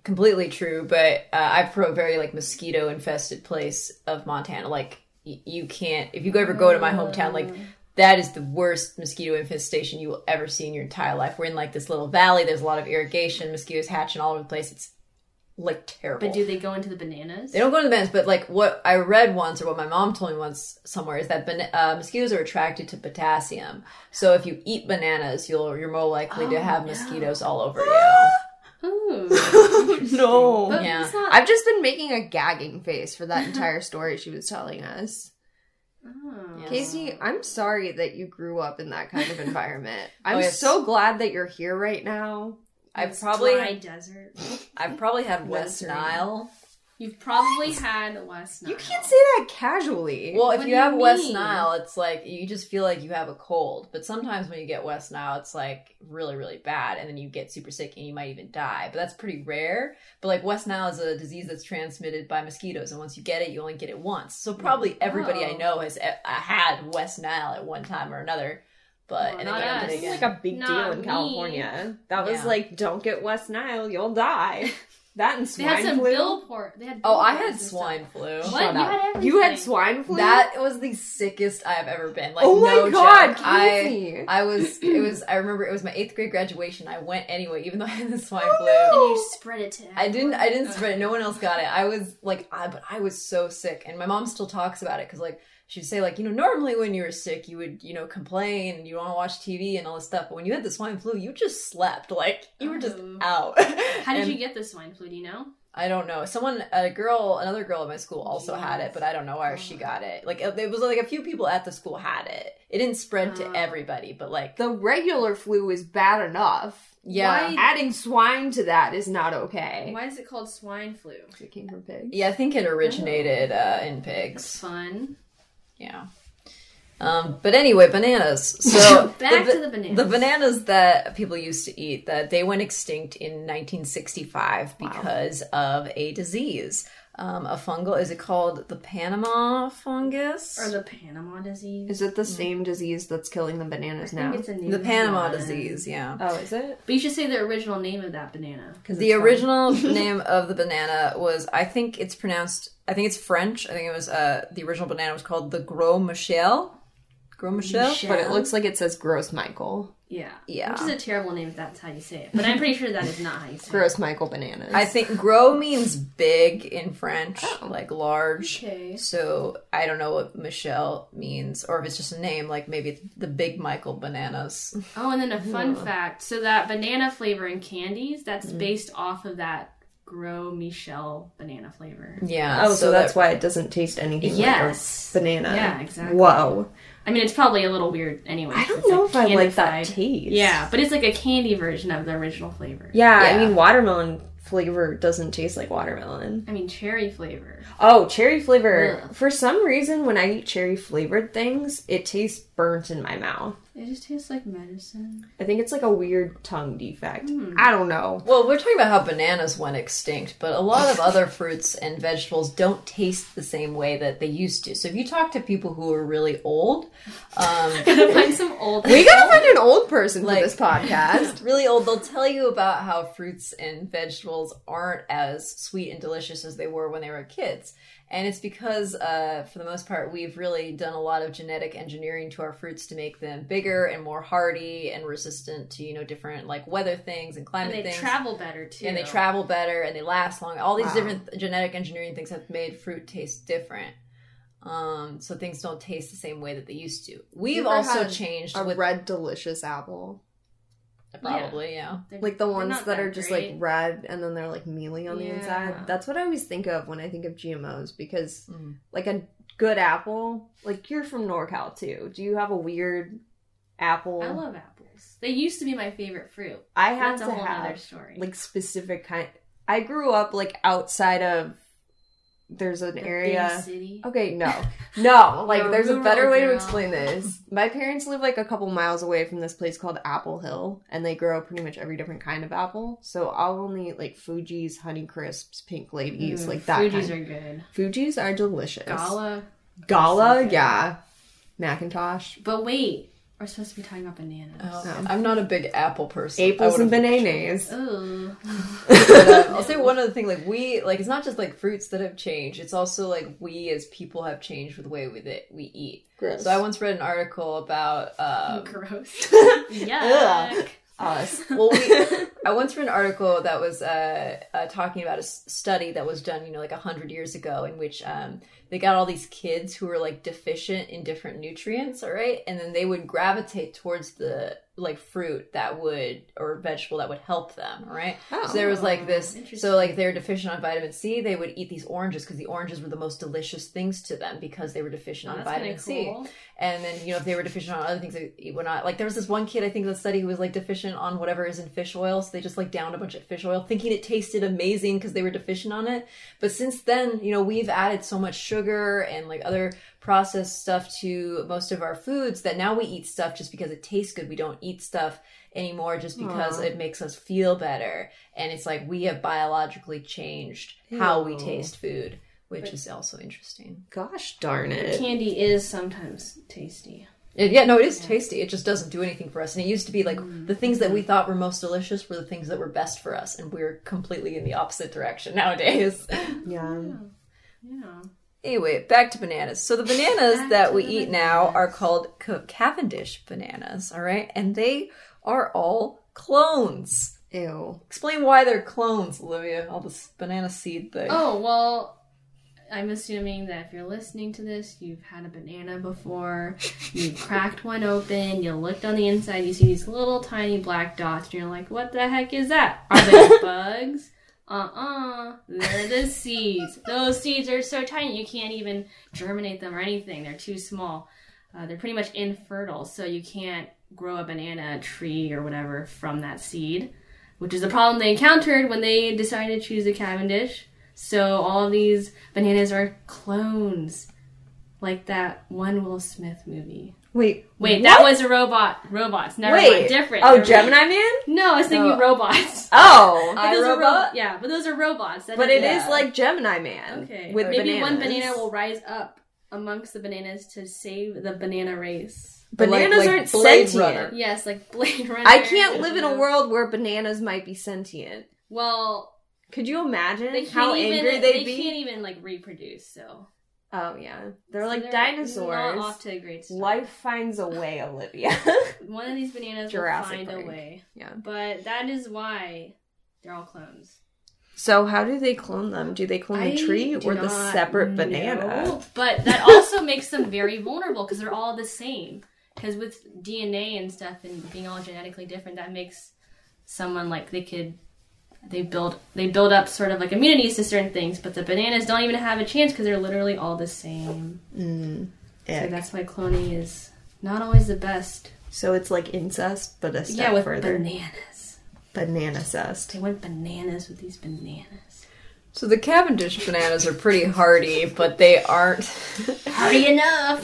[SPEAKER 1] completely true, but uh, I'm from a very like mosquito infested place of Montana. Like y- you can't if you ever go to my hometown,
[SPEAKER 3] Oh.
[SPEAKER 1] like that is the worst mosquito infestation you will ever see in your entire life. We're in like this little valley. There's a lot of irrigation, mosquitoes hatching all over the place. It's like terrible.
[SPEAKER 3] But do they go into the bananas?
[SPEAKER 1] They don't go to the bananas, but like what I read once, or what my mom told me once somewhere, is that ban- uh, mosquitoes are attracted to potassium. So if you eat bananas, you'll you're more likely to
[SPEAKER 3] Oh,
[SPEAKER 1] have
[SPEAKER 3] no.
[SPEAKER 1] mosquitoes all over you.
[SPEAKER 3] Ooh, interesting.
[SPEAKER 2] No.
[SPEAKER 3] But
[SPEAKER 1] Yeah.
[SPEAKER 3] it's not-
[SPEAKER 2] I've just been making a gagging face for that entire story she was telling us.
[SPEAKER 3] Oh.
[SPEAKER 1] Yeah.
[SPEAKER 2] Casey, I'm sorry that you grew up in that kind of environment. I'm
[SPEAKER 1] yes.
[SPEAKER 2] so glad that you're here right now.
[SPEAKER 1] I've
[SPEAKER 3] It's
[SPEAKER 1] probably
[SPEAKER 3] dry desert.
[SPEAKER 1] I've probably had West
[SPEAKER 2] Western.
[SPEAKER 1] Nile.
[SPEAKER 3] You've probably had West Nile.
[SPEAKER 2] You can't say that casually.
[SPEAKER 1] Well,
[SPEAKER 3] What
[SPEAKER 1] if
[SPEAKER 3] do
[SPEAKER 1] you
[SPEAKER 3] you
[SPEAKER 1] have West
[SPEAKER 3] mean?
[SPEAKER 1] Nile, it's like you just feel like you have a cold. But sometimes when you get West Nile, it's like really really bad, and then you get super sick and you might even die. But that's pretty rare. But like West Nile is a disease that's transmitted by mosquitoes, and once you get it, you only get it once. So probably everybody I
[SPEAKER 3] Oh.
[SPEAKER 1] know has e- uh, had West Nile at one time or another. But
[SPEAKER 3] Well,
[SPEAKER 1] and they
[SPEAKER 3] not
[SPEAKER 1] get
[SPEAKER 3] us.
[SPEAKER 1] it
[SPEAKER 2] This
[SPEAKER 1] again.
[SPEAKER 2] is like a big
[SPEAKER 3] Not
[SPEAKER 2] deal in
[SPEAKER 3] me.
[SPEAKER 2] California. That was
[SPEAKER 1] Yeah.
[SPEAKER 2] like, don't get West Nile, you'll die. That and
[SPEAKER 3] They
[SPEAKER 2] swine
[SPEAKER 3] had some
[SPEAKER 2] flu.
[SPEAKER 3] bill port. They had.
[SPEAKER 1] oh,
[SPEAKER 3] bill
[SPEAKER 1] I
[SPEAKER 3] ports
[SPEAKER 1] had
[SPEAKER 3] and stuff.
[SPEAKER 1] swine flu.
[SPEAKER 3] What?
[SPEAKER 2] Shut
[SPEAKER 3] You
[SPEAKER 2] up.
[SPEAKER 3] had
[SPEAKER 2] You had
[SPEAKER 3] everything.
[SPEAKER 2] swine flu.
[SPEAKER 1] That was the sickest I've ever been. Like,
[SPEAKER 2] oh my
[SPEAKER 1] no
[SPEAKER 2] god,
[SPEAKER 1] joke. I.
[SPEAKER 2] Casey.
[SPEAKER 1] I was, it was, I remember it was my eighth grade graduation. I went anyway, even though I had the swine
[SPEAKER 2] Oh,
[SPEAKER 1] flu.
[SPEAKER 2] no.
[SPEAKER 3] And you spread it to. Everyone.
[SPEAKER 1] I didn't, I didn't spread it. No one else got it. I was like, I, but I was so sick. And my mom still talks about it because, like, she'd say, like, you know, normally when you were sick, you would, you know, complain and you don't want to watch TV and all this stuff. But when you had the swine flu, you just slept. Like, you were just
[SPEAKER 3] Oh.
[SPEAKER 1] out.
[SPEAKER 3] How did
[SPEAKER 1] And
[SPEAKER 3] you get the swine flu? Do you know?
[SPEAKER 1] I don't know. Someone, a girl, another girl at my school also had it, but I don't know where she got it. Like, it was like a few people at the school had it. It didn't spread
[SPEAKER 3] Oh.
[SPEAKER 1] to everybody, but like,
[SPEAKER 2] The regular flu is bad enough.
[SPEAKER 1] Yeah.
[SPEAKER 3] Why-
[SPEAKER 2] Adding swine to that is not okay.
[SPEAKER 3] Why is it called swine flu?
[SPEAKER 2] It came from pigs.
[SPEAKER 1] Yeah, I think it
[SPEAKER 3] Oh.
[SPEAKER 1] originated uh, in
[SPEAKER 3] It's
[SPEAKER 1] pigs.
[SPEAKER 3] fun.
[SPEAKER 1] Yeah. Um, but anyway, bananas. So
[SPEAKER 3] Back
[SPEAKER 1] ba-
[SPEAKER 3] to the bananas.
[SPEAKER 1] The bananas that people used to eat that they went extinct in 1965 because of a disease, um, a fungal. Is it called the Panama fungus
[SPEAKER 3] Or the Panama disease.
[SPEAKER 2] Is it the same disease that's killing the bananas
[SPEAKER 3] I
[SPEAKER 2] now?
[SPEAKER 3] think it's a new
[SPEAKER 1] the Panama
[SPEAKER 3] one.
[SPEAKER 1] disease? Yeah.
[SPEAKER 2] Oh, is it?
[SPEAKER 3] But you should say the original name of that banana.
[SPEAKER 1] The original name of the banana was, I think it's pronounced, I think it's French. I think it was, uh, the original banana was called the Gros Michel. Gros Michel?
[SPEAKER 3] Michel.
[SPEAKER 2] But it looks like it says gross Michael.
[SPEAKER 3] Yeah.
[SPEAKER 1] Yeah.
[SPEAKER 3] Which is a terrible name if that's how you say it. But I'm pretty sure that is not how you say it.
[SPEAKER 2] Gross Michael bananas.
[SPEAKER 1] I think gros means big in French,
[SPEAKER 2] Oh.
[SPEAKER 1] like large.
[SPEAKER 3] Okay.
[SPEAKER 1] So I don't know what Michelle means, or if it's just a name, like maybe the Big Michael Bananas.
[SPEAKER 3] Oh, and then a fun fact. So that banana flavor in candies, that's
[SPEAKER 2] Mm.
[SPEAKER 3] based off of that Gros Michel banana flavor.
[SPEAKER 1] Yeah.
[SPEAKER 2] Oh, so, that's
[SPEAKER 1] that-
[SPEAKER 2] why it doesn't taste anything
[SPEAKER 3] Yes.
[SPEAKER 2] like a banana.
[SPEAKER 3] Yeah, exactly.
[SPEAKER 2] Whoa.
[SPEAKER 3] I mean, it's probably a little weird anyway.
[SPEAKER 2] I don't
[SPEAKER 3] It's,
[SPEAKER 2] know if I like that
[SPEAKER 3] candified.
[SPEAKER 2] taste.
[SPEAKER 3] Yeah, but it's like a candy version of the original flavor.
[SPEAKER 2] Yeah,
[SPEAKER 1] Yeah.
[SPEAKER 2] I mean, watermelon flavor doesn't taste like watermelon.
[SPEAKER 3] I mean, cherry flavor.
[SPEAKER 2] Oh, cherry flavor.
[SPEAKER 3] Ugh.
[SPEAKER 2] For some reason, when I eat cherry flavored things, it tastes burnt in my mouth.
[SPEAKER 3] It just tastes like medicine.
[SPEAKER 2] I think it's like a weird tongue defect.
[SPEAKER 3] Hmm.
[SPEAKER 2] I don't know.
[SPEAKER 1] Well, we're talking about how bananas went extinct, but a lot of other fruits and vegetables don't taste the same way that they used to. So if you talk to people who are really old, um,
[SPEAKER 3] Gotta find some old.
[SPEAKER 2] We gotta find an old person
[SPEAKER 1] Like-
[SPEAKER 2] for this podcast.
[SPEAKER 1] really old, they'll tell you about how fruits and vegetables aren't as sweet and delicious as they were when they were kids. And it's because, uh, for the most part, we've really done a lot of genetic engineering to our fruits to make them bigger and more hardy and resistant to, you know, different like weather things and
[SPEAKER 3] and
[SPEAKER 1] climate
[SPEAKER 3] they
[SPEAKER 1] things.
[SPEAKER 3] travel better too.
[SPEAKER 1] and they travel better and they last longer. All these
[SPEAKER 2] Wow.
[SPEAKER 1] different genetic engineering things have made fruit taste different. Um, so things don't taste the same way that they used to. We've
[SPEAKER 2] ever
[SPEAKER 1] also
[SPEAKER 2] had
[SPEAKER 1] changed
[SPEAKER 2] A
[SPEAKER 1] with
[SPEAKER 2] red delicious apple.
[SPEAKER 1] probably, yeah.
[SPEAKER 3] They're-
[SPEAKER 2] Like the
[SPEAKER 3] they're
[SPEAKER 2] ones
[SPEAKER 3] not
[SPEAKER 2] that, are just
[SPEAKER 3] great.
[SPEAKER 2] like red and then they're like mealy on
[SPEAKER 3] Yeah.
[SPEAKER 2] the inside. That's what I always think of when I think of GMOs because
[SPEAKER 1] Mhm.
[SPEAKER 2] like a good apple, like you're from NorCal too. Do you have a weird apple?
[SPEAKER 3] I love apples. They used to be my favorite fruit.
[SPEAKER 2] I have
[SPEAKER 3] That's
[SPEAKER 2] to
[SPEAKER 3] a whole
[SPEAKER 2] have
[SPEAKER 3] other story.
[SPEAKER 2] like specific kind I grew up like outside of there's an
[SPEAKER 3] The big
[SPEAKER 2] area
[SPEAKER 3] city.
[SPEAKER 2] Okay, no. No, like
[SPEAKER 3] You're a
[SPEAKER 2] there's a
[SPEAKER 3] rural
[SPEAKER 2] better way to
[SPEAKER 3] girl.
[SPEAKER 2] explain this. My parents live like a couple miles away from this place called Apple Hill, and they grow pretty much every different kind of apple. So I'll only eat like Fuji's, Honey Crisps, Pink Ladies,
[SPEAKER 3] Mm,
[SPEAKER 2] like that.
[SPEAKER 3] Fuji's
[SPEAKER 2] kind.
[SPEAKER 3] are good.
[SPEAKER 2] Fuji's are delicious.
[SPEAKER 3] Gala.
[SPEAKER 2] Gala,
[SPEAKER 3] So good.
[SPEAKER 2] yeah. Macintosh.
[SPEAKER 3] But wait, we're supposed to be talking about bananas.
[SPEAKER 1] Oh,
[SPEAKER 2] So-
[SPEAKER 1] I'm not a big apple person.
[SPEAKER 2] Apples
[SPEAKER 1] I
[SPEAKER 2] and
[SPEAKER 1] would've-
[SPEAKER 2] bananas.
[SPEAKER 3] Ooh.
[SPEAKER 1] but, um, I'll say one other thing. Like we, like it's not just like fruits that have changed. It's also like we as people have changed with the way we that we eat.
[SPEAKER 2] Gross.
[SPEAKER 1] So I once read an article about. Um,
[SPEAKER 3] Gross. Yuck. Oh,
[SPEAKER 2] Us.
[SPEAKER 1] well, we, I once read an article that was uh, uh, talking about a s- study that was done, you know, like hundred years ago, in which um, they got all these kids who were like deficient in different nutrients, all right, and then they would gravitate towards the like fruit that would or vegetable that would help them, all right.
[SPEAKER 2] Oh,
[SPEAKER 1] So there was like this.
[SPEAKER 3] Interesting.
[SPEAKER 1] So like they were deficient on vitamin C. They would eat these oranges because the oranges were the most delicious things to them because they were deficient on
[SPEAKER 3] Oh, That's
[SPEAKER 1] vitamin
[SPEAKER 3] kind of
[SPEAKER 1] C.
[SPEAKER 3] cool.
[SPEAKER 1] And then you know if they were deficient on other things, they eat- were not. Like there was this one kid I think in the study who was like deficient on whatever is in fish oil, so they just like downed a bunch of fish oil, thinking it tasted amazing because they were deficient on it. But since then, you know we've added so much sugar and like other processed stuff to most of our foods that now we eat stuff just because it tastes good. We don't eat stuff anymore just because
[SPEAKER 2] Aw.
[SPEAKER 1] it makes us feel better. And it's like we have biologically changed how we
[SPEAKER 2] Ew.
[SPEAKER 1] taste food, which
[SPEAKER 3] But-
[SPEAKER 1] is also interesting.
[SPEAKER 2] Gosh darn
[SPEAKER 3] The
[SPEAKER 2] it.
[SPEAKER 3] candy is sometimes tasty.
[SPEAKER 1] It- yeah, no, it is tasty. It just doesn't do anything for us. And it used to be like
[SPEAKER 3] Mm.
[SPEAKER 1] the things that we thought were most delicious were the things that were best for us, and we're completely in the opposite direction nowadays.
[SPEAKER 2] Yeah.
[SPEAKER 3] Yeah.
[SPEAKER 1] anyway, back to bananas. So the bananas
[SPEAKER 3] Back
[SPEAKER 1] that
[SPEAKER 3] to
[SPEAKER 1] we
[SPEAKER 3] the
[SPEAKER 1] eat now
[SPEAKER 3] bananas.
[SPEAKER 1] are called C- Cavendish bananas. All right, and they are all clones.
[SPEAKER 2] Ew.
[SPEAKER 1] Explain why they're clones, Olivia. All this banana seed thing.
[SPEAKER 3] Oh, well, I'm assuming that if you're listening to this, you've had a banana before, you cracked one open, you looked on the inside, you see these little tiny black dots, and you're like, what the heck is that? Are they bugs? Uh uh-uh. uh. they are the seeds. Those seeds are so tiny you can't even germinate them or anything. They're too small. Uh, they're pretty much infertile, so you can't grow a banana tree or whatever from that seed, which is the problem they encountered when they decided to choose a Cavendish. So all of these bananas are clones, like that one Will Smith movie.
[SPEAKER 2] Wait,
[SPEAKER 3] Wait, that was a robot. Robots, never mind. Different.
[SPEAKER 2] Oh,
[SPEAKER 3] Never mind.
[SPEAKER 2] Gemini Man.
[SPEAKER 3] No, I was thinking
[SPEAKER 1] No.
[SPEAKER 3] robots.
[SPEAKER 2] Oh,
[SPEAKER 3] But those are ro-
[SPEAKER 1] iRobot?
[SPEAKER 3] yeah, but those are robots. That
[SPEAKER 2] but it
[SPEAKER 3] doesn't-
[SPEAKER 2] is
[SPEAKER 1] Yeah.
[SPEAKER 2] like Gemini Man.
[SPEAKER 3] Okay.
[SPEAKER 2] with
[SPEAKER 3] Maybe one
[SPEAKER 2] bananas.
[SPEAKER 3] banana will rise up amongst the bananas to save the banana race.
[SPEAKER 2] Bananas
[SPEAKER 1] Like- like
[SPEAKER 2] aren't
[SPEAKER 1] Blade
[SPEAKER 2] sentient.
[SPEAKER 1] Runner.
[SPEAKER 3] Yes, like Blade Runner.
[SPEAKER 2] I can't live in a
[SPEAKER 3] Yeah.
[SPEAKER 2] world where bananas might be sentient.
[SPEAKER 3] Well,
[SPEAKER 2] Could you
[SPEAKER 3] they
[SPEAKER 2] imagine
[SPEAKER 3] can't
[SPEAKER 2] how
[SPEAKER 3] even,
[SPEAKER 2] angry
[SPEAKER 3] they
[SPEAKER 2] they'd be?
[SPEAKER 3] can't even like reproduce. So
[SPEAKER 2] Oh yeah, they're
[SPEAKER 3] So
[SPEAKER 2] like
[SPEAKER 3] Not
[SPEAKER 2] dinosaurs.
[SPEAKER 3] off to a great start.
[SPEAKER 2] Life finds a way, Olivia.
[SPEAKER 3] One of these bananas
[SPEAKER 2] Jurassic
[SPEAKER 3] will find
[SPEAKER 2] Park.
[SPEAKER 3] a way.
[SPEAKER 2] yeah.
[SPEAKER 3] But that is why they're all clones.
[SPEAKER 2] So how do they clone them? Do they clone
[SPEAKER 3] I
[SPEAKER 2] the tree
[SPEAKER 3] do
[SPEAKER 2] or the
[SPEAKER 3] not
[SPEAKER 2] separate
[SPEAKER 3] know,
[SPEAKER 2] banana?
[SPEAKER 3] But that also makes them very vulnerable because they're all the same. Because with DNA and stuff and being all genetically different, that makes someone like they could they build they build up sort of like immunities to certain things, but the bananas don't even have a chance because they're literally all the same.
[SPEAKER 2] Mm,
[SPEAKER 3] So
[SPEAKER 2] ick.
[SPEAKER 3] that's why cloning is not always the best.
[SPEAKER 2] So it's like incest, but a step
[SPEAKER 3] yeah, with
[SPEAKER 2] further.
[SPEAKER 3] bananas.
[SPEAKER 2] banana cest.
[SPEAKER 3] They went bananas with these bananas.
[SPEAKER 1] So the Cavendish bananas are pretty hardy, but they aren't.
[SPEAKER 3] Hardy enough.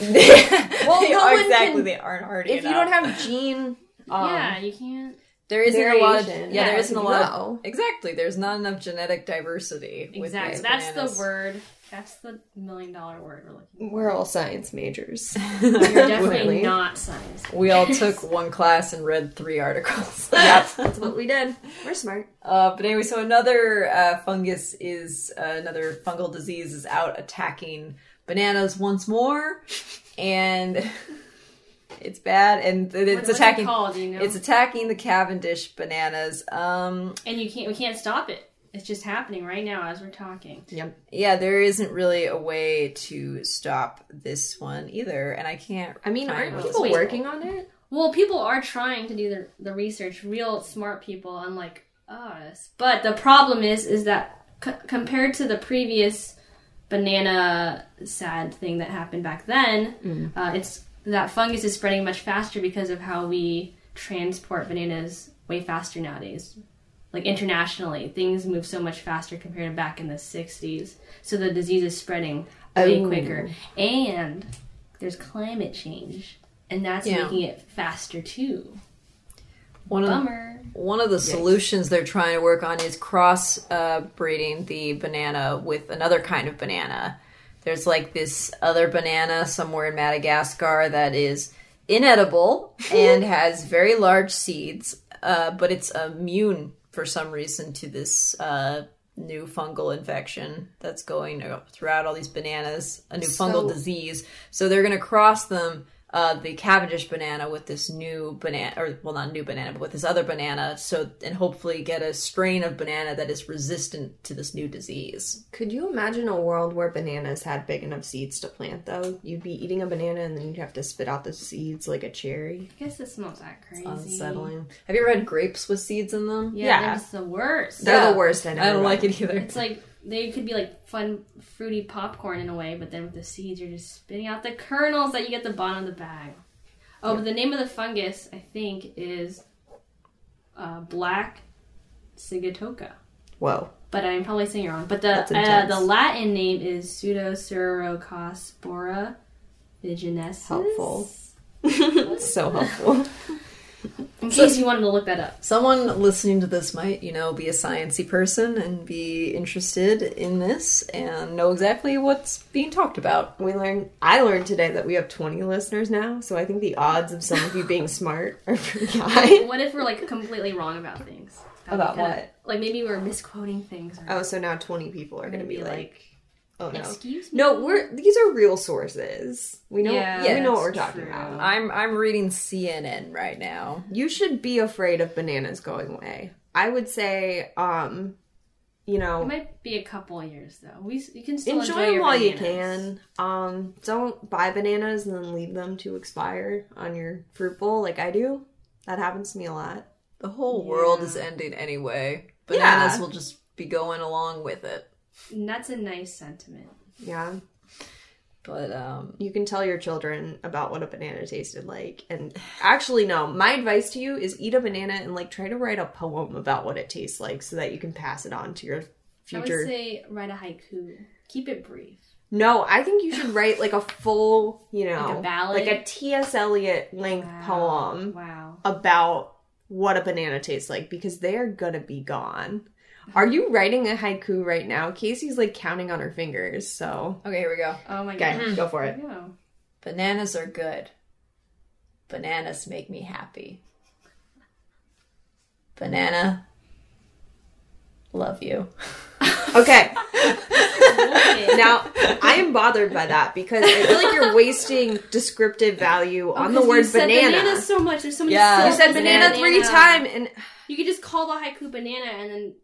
[SPEAKER 1] well,
[SPEAKER 2] no one
[SPEAKER 1] exactly.
[SPEAKER 2] can-
[SPEAKER 1] They aren't hardy.
[SPEAKER 2] If you don't have gene, um,
[SPEAKER 3] yeah, you can't.
[SPEAKER 1] there isn't a lot. Of, yeah,
[SPEAKER 2] variation,
[SPEAKER 1] there
[SPEAKER 2] yeah,
[SPEAKER 1] isn't a lot. of-
[SPEAKER 2] no.
[SPEAKER 1] exactly, there's not enough genetic diversity. with
[SPEAKER 3] Exactly.
[SPEAKER 1] these
[SPEAKER 3] That's
[SPEAKER 1] bananas.
[SPEAKER 3] the word. That's the million dollar word we're looking
[SPEAKER 2] um, we're all science majors.
[SPEAKER 3] for. You're definitely
[SPEAKER 2] Really?
[SPEAKER 3] not science.
[SPEAKER 1] We all took one class and read three articles.
[SPEAKER 2] that's what we did. We're smart.
[SPEAKER 1] Uh, but anyway, so another uh, fungus is uh, another fungal disease is out attacking bananas once more, and it's bad. And th-
[SPEAKER 3] What-
[SPEAKER 1] it's
[SPEAKER 3] what's it
[SPEAKER 1] attacking.
[SPEAKER 3] called, you know?
[SPEAKER 1] It's attacking the Cavendish bananas. Um,
[SPEAKER 3] and you can't. We can't stop it. It's just happening right now as we're talking.
[SPEAKER 2] Yep.
[SPEAKER 1] yeah, there isn't really a way to stop this one either, and I can't.
[SPEAKER 2] I mean,
[SPEAKER 1] find
[SPEAKER 2] aren't
[SPEAKER 1] what
[SPEAKER 2] people
[SPEAKER 1] it's-
[SPEAKER 3] Wait.
[SPEAKER 2] working on it?
[SPEAKER 3] Well, people are trying to do the the research. Real smart people, unlike us. But the problem is, is that c- compared to the previous banana sad thing that happened back then, uh, it's that fungus is spreading much faster because of how we transport bananas way faster nowadays. Like internationally, things move so much faster compared to back in the '60s. So the disease is spreading way
[SPEAKER 2] Oh.
[SPEAKER 3] quicker, and there's climate change, and that's
[SPEAKER 1] Yeah.
[SPEAKER 3] making it faster too.
[SPEAKER 1] One of
[SPEAKER 3] Bummer.
[SPEAKER 1] One of the solutions they're trying to work on is cross uh, breeding the banana with another kind of banana. There's like this other banana somewhere in Madagascar that is inedible and has very large seeds, uh, but it's immune for some reason to this uh, new fungal infection that's going throughout all these bananas, a new fungal
[SPEAKER 2] So-
[SPEAKER 1] disease. So they're going to cross them uh, the Cavendish banana with this new banana, or well, not new banana, but with this other banana. So and hopefully get a strain of banana that is resistant to this new disease.
[SPEAKER 2] Could you imagine a world where bananas had big enough seeds to plant, though? You'd be eating a banana and then you'd have to spit out the seeds like a cherry.
[SPEAKER 3] I guess it's not that crazy.
[SPEAKER 1] Unsettling. Have you ever had grapes with seeds in them?
[SPEAKER 3] Yeah,
[SPEAKER 2] Yeah.
[SPEAKER 3] that's the worst.
[SPEAKER 2] They're
[SPEAKER 1] Yeah.
[SPEAKER 2] the worst. I,
[SPEAKER 1] I don't like
[SPEAKER 2] it.
[SPEAKER 1] it either.
[SPEAKER 3] It's like they could be like fun, fruity popcorn in a way, but then with the seeds, you're just spitting out the kernels that you get at the bottom of the bag. Oh, but the name of the fungus, I think, is uh, black sigatoka.
[SPEAKER 2] Whoa.
[SPEAKER 3] But I'm probably saying it wrong. But
[SPEAKER 2] That's
[SPEAKER 3] the uh,
[SPEAKER 2] intense.
[SPEAKER 3] the Latin name is Pseudocerocospora viginensis.
[SPEAKER 2] Helpful. so helpful.
[SPEAKER 3] In case you wanted to look that up.
[SPEAKER 1] Someone listening to this might, you know, be a sciencey person and be interested in this and know exactly what's being talked about.
[SPEAKER 2] We learned. I learned today that we have 20 listeners now, so I think the odds of some of you being smart are pretty high.
[SPEAKER 3] What if we're like completely wrong about things? That'd be
[SPEAKER 2] About
[SPEAKER 3] kinda-
[SPEAKER 2] what?
[SPEAKER 3] Like maybe we're misquoting things. Or
[SPEAKER 2] Oh, so now 20 people are
[SPEAKER 3] we're
[SPEAKER 2] going to be like, "Oh no,
[SPEAKER 3] excuse me.
[SPEAKER 2] no, we're these are real sources. We know,
[SPEAKER 3] Yeah,
[SPEAKER 2] we know what we're
[SPEAKER 3] that's
[SPEAKER 2] talking
[SPEAKER 3] true.
[SPEAKER 2] about."
[SPEAKER 1] I'm I'm reading CNN right now.
[SPEAKER 2] You should be afraid of bananas going away. I would say, um, you
[SPEAKER 3] It
[SPEAKER 2] know,
[SPEAKER 3] might be a couple years though. We s- you can still
[SPEAKER 2] enjoy
[SPEAKER 3] enjoy,
[SPEAKER 2] them
[SPEAKER 3] your
[SPEAKER 2] while you
[SPEAKER 3] bananas.
[SPEAKER 2] can. Um, don't buy bananas and then leave them to expire on your fruit bowl like I do. That happens to me a lot.
[SPEAKER 1] The whole
[SPEAKER 3] Yeah.
[SPEAKER 1] world is ending anyway.
[SPEAKER 2] Yeah.
[SPEAKER 1] Bananas will just be going along with it.
[SPEAKER 3] And that's a nice sentiment.
[SPEAKER 2] Yeah.
[SPEAKER 1] But um,
[SPEAKER 2] You can tell your children about what a banana tasted like. And actually, no, my advice to you is eat a banana and like try to write a poem about what it tastes like so that you can pass it on to your
[SPEAKER 3] I
[SPEAKER 2] future.
[SPEAKER 3] would say write a haiku. Keep it brief.
[SPEAKER 2] no, I think you should write like a full, you know,
[SPEAKER 3] Like a ballad?
[SPEAKER 2] like a T.S. Eliot length
[SPEAKER 3] Wow.
[SPEAKER 2] poem.
[SPEAKER 3] Wow.
[SPEAKER 2] about what a banana tastes like because they are gonna be gone. Are you writing a haiku right now? Casey's like counting on her fingers, so.
[SPEAKER 1] okay, here we go.
[SPEAKER 3] Oh my
[SPEAKER 2] Okay,
[SPEAKER 3] god.
[SPEAKER 2] go for it.
[SPEAKER 3] No.
[SPEAKER 1] Bananas are good. Bananas make me happy. Banana, love you.
[SPEAKER 2] Okay,
[SPEAKER 3] Okay.
[SPEAKER 2] now I am bothered by that because I feel like you're wasting descriptive value on the
[SPEAKER 3] Because
[SPEAKER 2] word
[SPEAKER 3] you said
[SPEAKER 2] banana.
[SPEAKER 3] banana Mm, so much. There's so many.
[SPEAKER 1] Yeah.
[SPEAKER 2] You
[SPEAKER 1] You
[SPEAKER 3] syllables
[SPEAKER 2] said
[SPEAKER 3] in
[SPEAKER 2] banana, three times and
[SPEAKER 3] You could just call the haiku banana, and then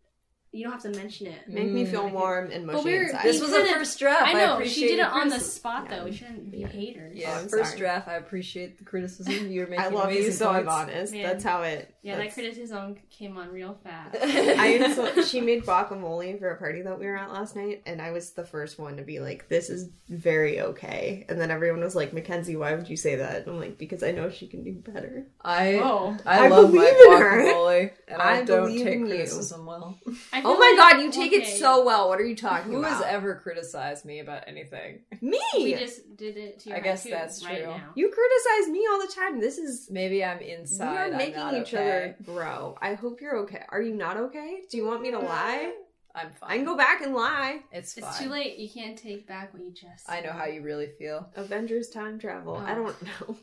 [SPEAKER 3] you don't have to mention it.
[SPEAKER 2] make me feel warm and mushy
[SPEAKER 3] But we're-
[SPEAKER 2] inside.
[SPEAKER 1] This
[SPEAKER 3] You
[SPEAKER 1] was a
[SPEAKER 3] couldn't-
[SPEAKER 1] first draft. I,
[SPEAKER 3] I know
[SPEAKER 1] appreciate
[SPEAKER 3] she did it
[SPEAKER 1] your
[SPEAKER 3] on the
[SPEAKER 1] criticism.
[SPEAKER 3] spot though. We shouldn't be haters.
[SPEAKER 1] Yeah,
[SPEAKER 2] I'm
[SPEAKER 1] first
[SPEAKER 2] sorry.
[SPEAKER 1] draft. I appreciate the criticism you're making.
[SPEAKER 2] I love you,
[SPEAKER 1] amazing
[SPEAKER 2] so I'm
[SPEAKER 1] points.
[SPEAKER 2] honest.
[SPEAKER 3] Man.
[SPEAKER 2] That's how it.
[SPEAKER 3] Yeah,
[SPEAKER 2] that's-
[SPEAKER 3] that criticism came on real fast.
[SPEAKER 2] I so, she made guacamole for a party that we were at last night, and I was the first one to be like, "This is very okay." And then everyone was like, "Mackenzie, why would you say that?" And I'm like, "Because I know she can do better."
[SPEAKER 1] I
[SPEAKER 3] Whoa.
[SPEAKER 1] I,
[SPEAKER 2] I
[SPEAKER 1] love my
[SPEAKER 2] believe in her.
[SPEAKER 1] guacamole, and I,
[SPEAKER 2] I
[SPEAKER 1] don't
[SPEAKER 2] believe
[SPEAKER 1] take
[SPEAKER 2] in you.
[SPEAKER 1] criticism well.
[SPEAKER 3] I feel
[SPEAKER 2] Oh my
[SPEAKER 3] like
[SPEAKER 2] god, you take it
[SPEAKER 3] okay,
[SPEAKER 2] so well. What are you talking
[SPEAKER 1] Who
[SPEAKER 2] about?
[SPEAKER 1] has ever criticized me about anything?
[SPEAKER 2] me?
[SPEAKER 3] We just did it to your
[SPEAKER 1] I guess
[SPEAKER 3] haiku
[SPEAKER 1] that's
[SPEAKER 3] right
[SPEAKER 1] true.
[SPEAKER 3] Now.
[SPEAKER 2] you criticize me all the time. This is
[SPEAKER 1] Maybe I'm
[SPEAKER 2] we
[SPEAKER 1] inside.
[SPEAKER 2] are
[SPEAKER 1] I'm
[SPEAKER 2] making
[SPEAKER 1] not
[SPEAKER 2] each
[SPEAKER 1] okay.
[SPEAKER 2] other grow. I hope you're okay. Are you not okay? Do you want me to
[SPEAKER 1] Uh,
[SPEAKER 2] lie?
[SPEAKER 1] I'm fine.
[SPEAKER 2] I can go back and lie.
[SPEAKER 1] It's fine.
[SPEAKER 3] It's too late. You can't take back what you just.
[SPEAKER 1] I know how you really feel.
[SPEAKER 2] Avengers time travel. I
[SPEAKER 1] Uh,
[SPEAKER 3] Oh.
[SPEAKER 2] don't know.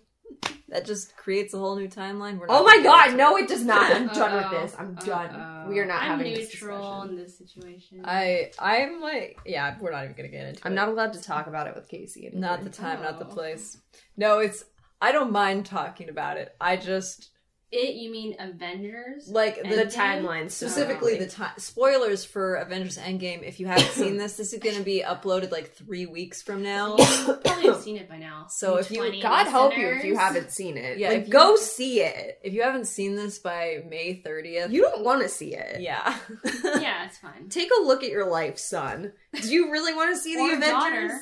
[SPEAKER 1] That just creates a whole new timeline. We're not
[SPEAKER 2] Oh my
[SPEAKER 1] gonna get
[SPEAKER 2] god,
[SPEAKER 1] into
[SPEAKER 2] no,
[SPEAKER 1] it.
[SPEAKER 2] it does not. I'm
[SPEAKER 3] Uh-oh.
[SPEAKER 2] done
[SPEAKER 1] uh,
[SPEAKER 2] with this. I'm done.
[SPEAKER 3] Uh-oh.
[SPEAKER 2] We are not
[SPEAKER 3] I'm
[SPEAKER 2] having this
[SPEAKER 3] neutral
[SPEAKER 2] discussion.
[SPEAKER 3] in this situation.
[SPEAKER 1] I I'm like yeah. We're not even gonna get into.
[SPEAKER 2] I'm
[SPEAKER 1] it.
[SPEAKER 2] not allowed to talk about it with Casey. anymore.
[SPEAKER 1] Not the time, not the
[SPEAKER 3] Oh.
[SPEAKER 1] place. No, it's. I don't mind talking about it. I just
[SPEAKER 3] it. You mean Avengers?
[SPEAKER 1] like
[SPEAKER 2] the
[SPEAKER 1] the
[SPEAKER 3] And- Oh.
[SPEAKER 2] timeline
[SPEAKER 1] specifically
[SPEAKER 2] uh,
[SPEAKER 1] the time spoilers for Avengers Endgame. If you haven't seen this, this is going to be uploaded like three weeks from now.
[SPEAKER 3] You probably have seen it by now.
[SPEAKER 1] So if you-
[SPEAKER 3] 20
[SPEAKER 2] God help you if you
[SPEAKER 3] listeners.
[SPEAKER 2] haven't seen it.
[SPEAKER 1] Yeah,
[SPEAKER 2] like
[SPEAKER 1] if you-
[SPEAKER 2] go see it.
[SPEAKER 1] If you haven't seen this by May thirtieth,
[SPEAKER 2] You don't want to see it.
[SPEAKER 1] yeah,
[SPEAKER 3] Yeah, it's fine.
[SPEAKER 2] Take a look at your life, son. Do you really want to see the
[SPEAKER 3] Or
[SPEAKER 2] Avengers?
[SPEAKER 3] daughter.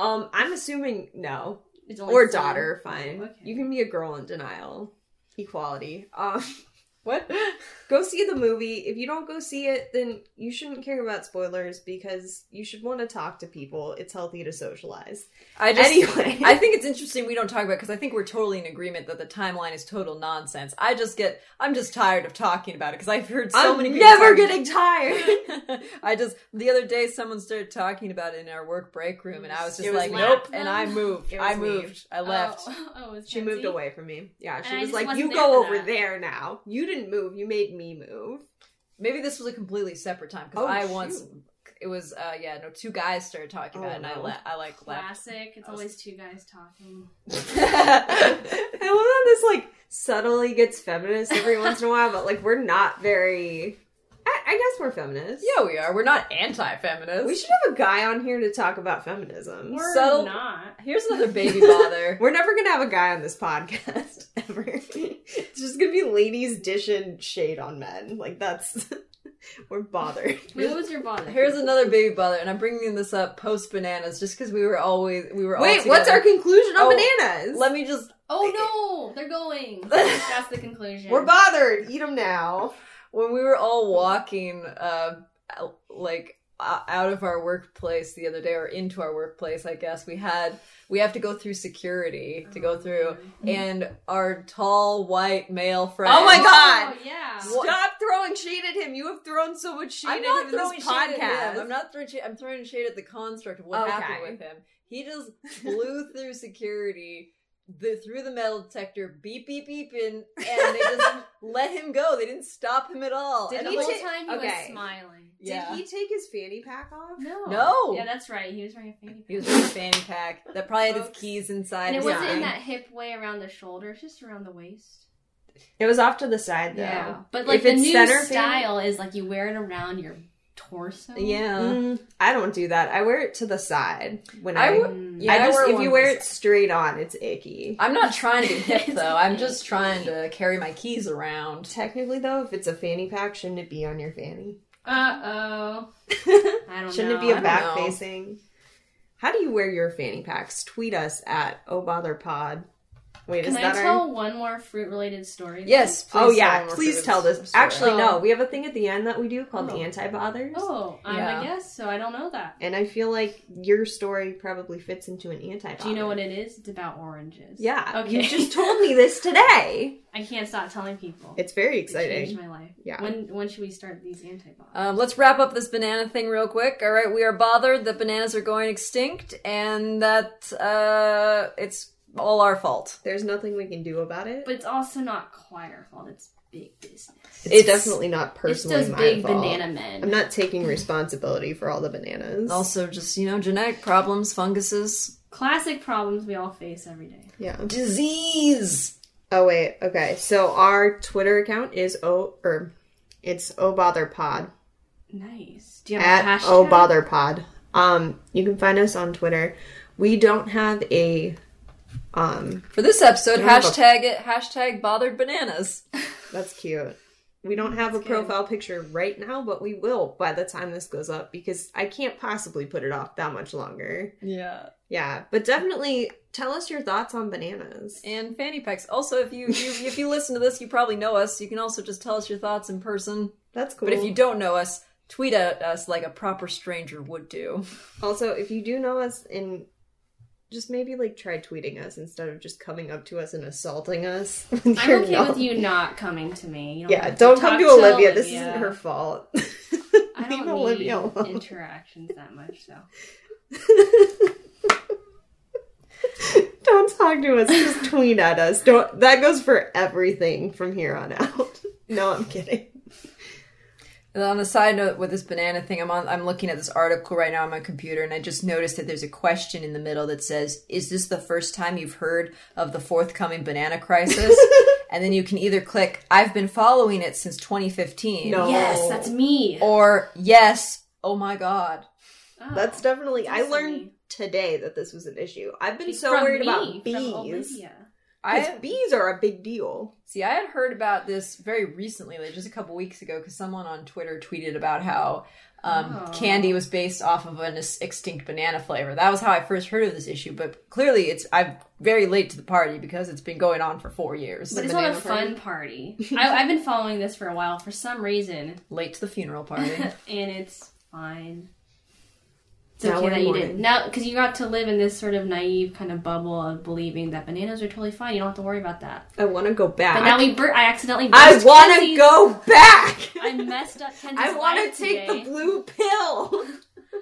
[SPEAKER 2] Um, I'm assuming no.
[SPEAKER 3] It's
[SPEAKER 1] Oh,
[SPEAKER 3] only
[SPEAKER 2] Or
[SPEAKER 3] son.
[SPEAKER 2] daughter, fine.
[SPEAKER 3] Okay.
[SPEAKER 2] You can be a girl in denial. Equality. Um
[SPEAKER 1] what?
[SPEAKER 2] go see the movie. If you don't go see it, then you shouldn't care about spoilers because you should want to talk to people. It's healthy to socialize.
[SPEAKER 1] I just
[SPEAKER 2] anyway,
[SPEAKER 1] I think it's interesting we don't talk about because I think we're totally in agreement that the timeline is total nonsense. I just get I'm just tired of talking about it because I've heard so
[SPEAKER 2] I'm
[SPEAKER 1] many. people
[SPEAKER 2] never
[SPEAKER 1] talk-
[SPEAKER 2] getting tired.
[SPEAKER 1] I just the other day someone started talking about it in our work break room, and I was just
[SPEAKER 2] It was
[SPEAKER 1] like,
[SPEAKER 2] me.
[SPEAKER 1] "Nope," and I moved.
[SPEAKER 2] It was
[SPEAKER 1] I
[SPEAKER 2] me.
[SPEAKER 1] moved. I left.
[SPEAKER 3] Oh, oh, it's
[SPEAKER 2] She moved
[SPEAKER 3] Kenzie?
[SPEAKER 2] away from me. Yeah, she
[SPEAKER 3] And I
[SPEAKER 2] was
[SPEAKER 3] just
[SPEAKER 2] like,
[SPEAKER 3] wasn't
[SPEAKER 2] "You
[SPEAKER 3] there
[SPEAKER 2] go
[SPEAKER 3] for
[SPEAKER 2] over
[SPEAKER 3] that."
[SPEAKER 2] there now. You didn't move. You made me move."
[SPEAKER 1] Maybe this was a completely separate time because
[SPEAKER 2] Oh,
[SPEAKER 1] I once
[SPEAKER 2] shoot.
[SPEAKER 1] it was uh yeah no two guys started talking about
[SPEAKER 2] Oh,
[SPEAKER 1] it, and I
[SPEAKER 2] no.
[SPEAKER 1] le- I like left.
[SPEAKER 3] Classic. It's
[SPEAKER 1] I was-
[SPEAKER 3] always two guys talking.
[SPEAKER 2] I love how this like subtly gets feminist every once in a while, but like we're not very. I, I guess we're feminists.
[SPEAKER 1] yeah, we are. We're not anti-feminist.
[SPEAKER 2] we should have a guy on here to talk about feminism.
[SPEAKER 3] Or
[SPEAKER 1] subtle-
[SPEAKER 3] not.
[SPEAKER 1] Here's another baby bother.
[SPEAKER 2] We're never gonna have a guy on this podcast ever. it's just gonna be ladies dishing shade on men. Like that's we're bothered.
[SPEAKER 3] Wait, what was your bother?
[SPEAKER 1] Here's another baby bother, and I'm bringing this up post bananas just because we were always we were all
[SPEAKER 2] Wait, what's our
[SPEAKER 1] together.
[SPEAKER 2] conclusion on
[SPEAKER 1] Oh,
[SPEAKER 2] bananas?
[SPEAKER 1] Let me just
[SPEAKER 3] Oh no, they're going. That's the conclusion.
[SPEAKER 2] We're bothered. Eat them now.
[SPEAKER 1] when we were all walking uh out- like o- out of our workplace the other day or into our workplace i guess we had we have to go through security to go through and our tall white male friend
[SPEAKER 2] Oh my God.
[SPEAKER 3] Oh, yeah.
[SPEAKER 1] Um, What?
[SPEAKER 2] Stop throwing shade at him. You have thrown so much shade
[SPEAKER 1] i'm
[SPEAKER 2] at
[SPEAKER 1] not
[SPEAKER 2] him in
[SPEAKER 1] throwing
[SPEAKER 2] this
[SPEAKER 1] shade at
[SPEAKER 2] podcast.
[SPEAKER 1] him i'm not throwing shade i'm throwing shade at the construct of what
[SPEAKER 2] Okay.
[SPEAKER 1] happened with him he just blew through security the, through the metal detector, beep beep beeping, and they just let him go. They didn't stop him at all.
[SPEAKER 2] Did
[SPEAKER 1] And
[SPEAKER 3] the
[SPEAKER 1] I'm
[SPEAKER 2] he
[SPEAKER 3] whole
[SPEAKER 1] like,
[SPEAKER 2] ta-
[SPEAKER 3] time he
[SPEAKER 2] okay.
[SPEAKER 3] was smiling.
[SPEAKER 1] yeah.
[SPEAKER 2] Did he take his fanny pack off?
[SPEAKER 3] No.
[SPEAKER 1] No.
[SPEAKER 3] Yeah, that's right. He was wearing a fanny pack.
[SPEAKER 1] He was wearing a fanny pack that probably had his keys inside.
[SPEAKER 3] and it
[SPEAKER 1] his
[SPEAKER 3] wasn't in
[SPEAKER 1] thing.
[SPEAKER 3] that hip way around the shoulder, it's just around the waist.
[SPEAKER 2] It was off to the side
[SPEAKER 3] But like
[SPEAKER 2] If
[SPEAKER 3] the
[SPEAKER 2] it's
[SPEAKER 3] new
[SPEAKER 2] center fan-
[SPEAKER 3] style is like you wear it around your torso.
[SPEAKER 1] Yeah.
[SPEAKER 2] Mm, I don't do that. I wear it to the side when I.
[SPEAKER 1] I would-
[SPEAKER 3] Mm.
[SPEAKER 1] Yeah,
[SPEAKER 2] I
[SPEAKER 1] I
[SPEAKER 2] just
[SPEAKER 1] wear
[SPEAKER 2] if
[SPEAKER 1] one
[SPEAKER 2] you wear
[SPEAKER 1] to the
[SPEAKER 2] it straight on, it's icky.
[SPEAKER 1] I'm not trying to be hip
[SPEAKER 3] It's
[SPEAKER 1] though. I'm
[SPEAKER 3] okay.
[SPEAKER 1] just trying to carry my keys around.
[SPEAKER 2] Technically, though, if it's a fanny pack, shouldn't it be on your fanny?
[SPEAKER 3] Uh oh. I don't know.
[SPEAKER 2] Shouldn't it be
[SPEAKER 1] I
[SPEAKER 2] a
[SPEAKER 1] don't
[SPEAKER 2] back
[SPEAKER 1] know.
[SPEAKER 2] facing? How do you wear your fanny packs? Tweet us at Oh Bother Pod. Wait,
[SPEAKER 3] Can
[SPEAKER 2] is
[SPEAKER 3] I
[SPEAKER 2] that
[SPEAKER 3] tell
[SPEAKER 2] our?
[SPEAKER 3] one more fruit related story?
[SPEAKER 1] Yes. Please
[SPEAKER 2] oh yeah,
[SPEAKER 1] tell them
[SPEAKER 2] please
[SPEAKER 1] Rufus'
[SPEAKER 2] tell this.
[SPEAKER 1] story.
[SPEAKER 2] Actually,
[SPEAKER 3] Oh.
[SPEAKER 2] no, we have a thing at the end that we do called
[SPEAKER 3] Oh.
[SPEAKER 2] the anti bothers,
[SPEAKER 3] Oh, I'm
[SPEAKER 1] Yeah.
[SPEAKER 3] a guest, so I don't know that.
[SPEAKER 2] and I feel like your story probably fits into an anti.
[SPEAKER 3] Do you know what it is? It's about oranges.
[SPEAKER 2] Yeah.
[SPEAKER 3] Okay.
[SPEAKER 2] You just told me this today.
[SPEAKER 3] I can't stop telling people.
[SPEAKER 2] It's very
[SPEAKER 3] It changed
[SPEAKER 2] exciting.
[SPEAKER 3] my life.
[SPEAKER 2] Yeah. Uh,
[SPEAKER 3] When when should we start these antibodies?
[SPEAKER 1] Um, let's wrap up this banana thing real quick. All right, we are bothered that bananas are going extinct and that uh, it's all our fault.
[SPEAKER 2] There's nothing we can do about it.
[SPEAKER 3] but it's also not quite our fault. It's big business.
[SPEAKER 2] it's,
[SPEAKER 1] It's-
[SPEAKER 2] definitely not personally
[SPEAKER 3] it's those
[SPEAKER 2] my
[SPEAKER 3] big
[SPEAKER 2] fault.
[SPEAKER 3] banana men.
[SPEAKER 2] I'm not taking responsibility for all the bananas.
[SPEAKER 1] Also, just, you know, genetic problems, funguses,
[SPEAKER 3] Classic problems we all face every day.
[SPEAKER 2] yeah.
[SPEAKER 1] disease.
[SPEAKER 2] Oh wait. Okay. So our Twitter account is oh or it's oh bother pod
[SPEAKER 3] Nice. Do you
[SPEAKER 2] at
[SPEAKER 3] have a hashtag?
[SPEAKER 2] oh bother pod. Um, you can find us on Twitter. We don't have a um.
[SPEAKER 1] For this episode,
[SPEAKER 2] don't have a-
[SPEAKER 1] hashtag it, hashtag bothered bananas.
[SPEAKER 2] That's cute. We don't have a
[SPEAKER 3] That's good.
[SPEAKER 2] profile picture right now, but we will by the time this goes up because I can't possibly put it off that much longer.
[SPEAKER 1] Yeah.
[SPEAKER 2] Yeah, but definitely tell us your thoughts on bananas.
[SPEAKER 1] And fanny packs. Also, if you, you if you listen to this, you probably know us. You can also just tell us your thoughts in person.
[SPEAKER 2] That's cool.
[SPEAKER 1] But if you don't know us, tweet at us like a proper stranger would do.
[SPEAKER 2] Also, if you do know us and just maybe like try tweeting us instead of just coming up to us and assaulting us. with your
[SPEAKER 3] I'm okay
[SPEAKER 2] yell.
[SPEAKER 3] with you not coming to me. You don't
[SPEAKER 2] Yeah,
[SPEAKER 3] have
[SPEAKER 2] don't come
[SPEAKER 3] talk
[SPEAKER 2] to Olivia. This
[SPEAKER 3] Olivia.
[SPEAKER 2] isn't her fault.
[SPEAKER 3] I
[SPEAKER 2] Leave
[SPEAKER 3] don't
[SPEAKER 2] Olivia
[SPEAKER 3] need
[SPEAKER 2] alone.
[SPEAKER 3] interactions that much, so.
[SPEAKER 2] don't talk to us. Just tweet at us. Don't. That goes for everything from here on out. No, I'm kidding.
[SPEAKER 1] And on a side note with this banana thing, I'm on I'm looking at this article right now on my computer and I just noticed that there's a question in the middle that says, "Is this the first time you've heard of the forthcoming banana crisis?" and then you can either click, "I've been following it since 2015."
[SPEAKER 2] No. Oh,
[SPEAKER 3] Yes, that's me.
[SPEAKER 1] Or, "Yes, oh my god."
[SPEAKER 3] Oh.
[SPEAKER 2] That's definitely. I
[SPEAKER 3] That's
[SPEAKER 2] learned
[SPEAKER 3] me.
[SPEAKER 2] today that this was an issue. I've been so
[SPEAKER 3] From
[SPEAKER 2] worried
[SPEAKER 3] me, from
[SPEAKER 2] about bees.
[SPEAKER 3] Olivia.
[SPEAKER 1] I
[SPEAKER 2] Because bees are a big deal.
[SPEAKER 1] See, I had heard about this very recently, like just a couple weeks ago, because someone on Twitter tweeted about how um,
[SPEAKER 3] Oh.
[SPEAKER 1] candy was based off of an es- extinct banana flavor. That was how I first heard of this issue, but clearly it's I'm very late to the party because it's been going on for four years.
[SPEAKER 2] But-
[SPEAKER 3] But it's not a
[SPEAKER 2] banana party.
[SPEAKER 3] fun party. I, I've been following this for a while for some reason,
[SPEAKER 1] Late to the funeral party.
[SPEAKER 3] and it's fine. It's
[SPEAKER 2] Now
[SPEAKER 3] okay
[SPEAKER 2] we're
[SPEAKER 3] that you
[SPEAKER 2] mourning.
[SPEAKER 3] didn't. Now, because you got to live in this sort of naive kind of bubble of believing that bananas are totally fine. You don't have to worry about that.
[SPEAKER 2] I want to go back.
[SPEAKER 3] But now we, bur- I accidentally.
[SPEAKER 2] I
[SPEAKER 3] burst
[SPEAKER 2] want to
[SPEAKER 3] Kenzie's-
[SPEAKER 2] go back.
[SPEAKER 3] I messed up Kenzie's
[SPEAKER 2] I
[SPEAKER 3] want to
[SPEAKER 2] take the blue pill.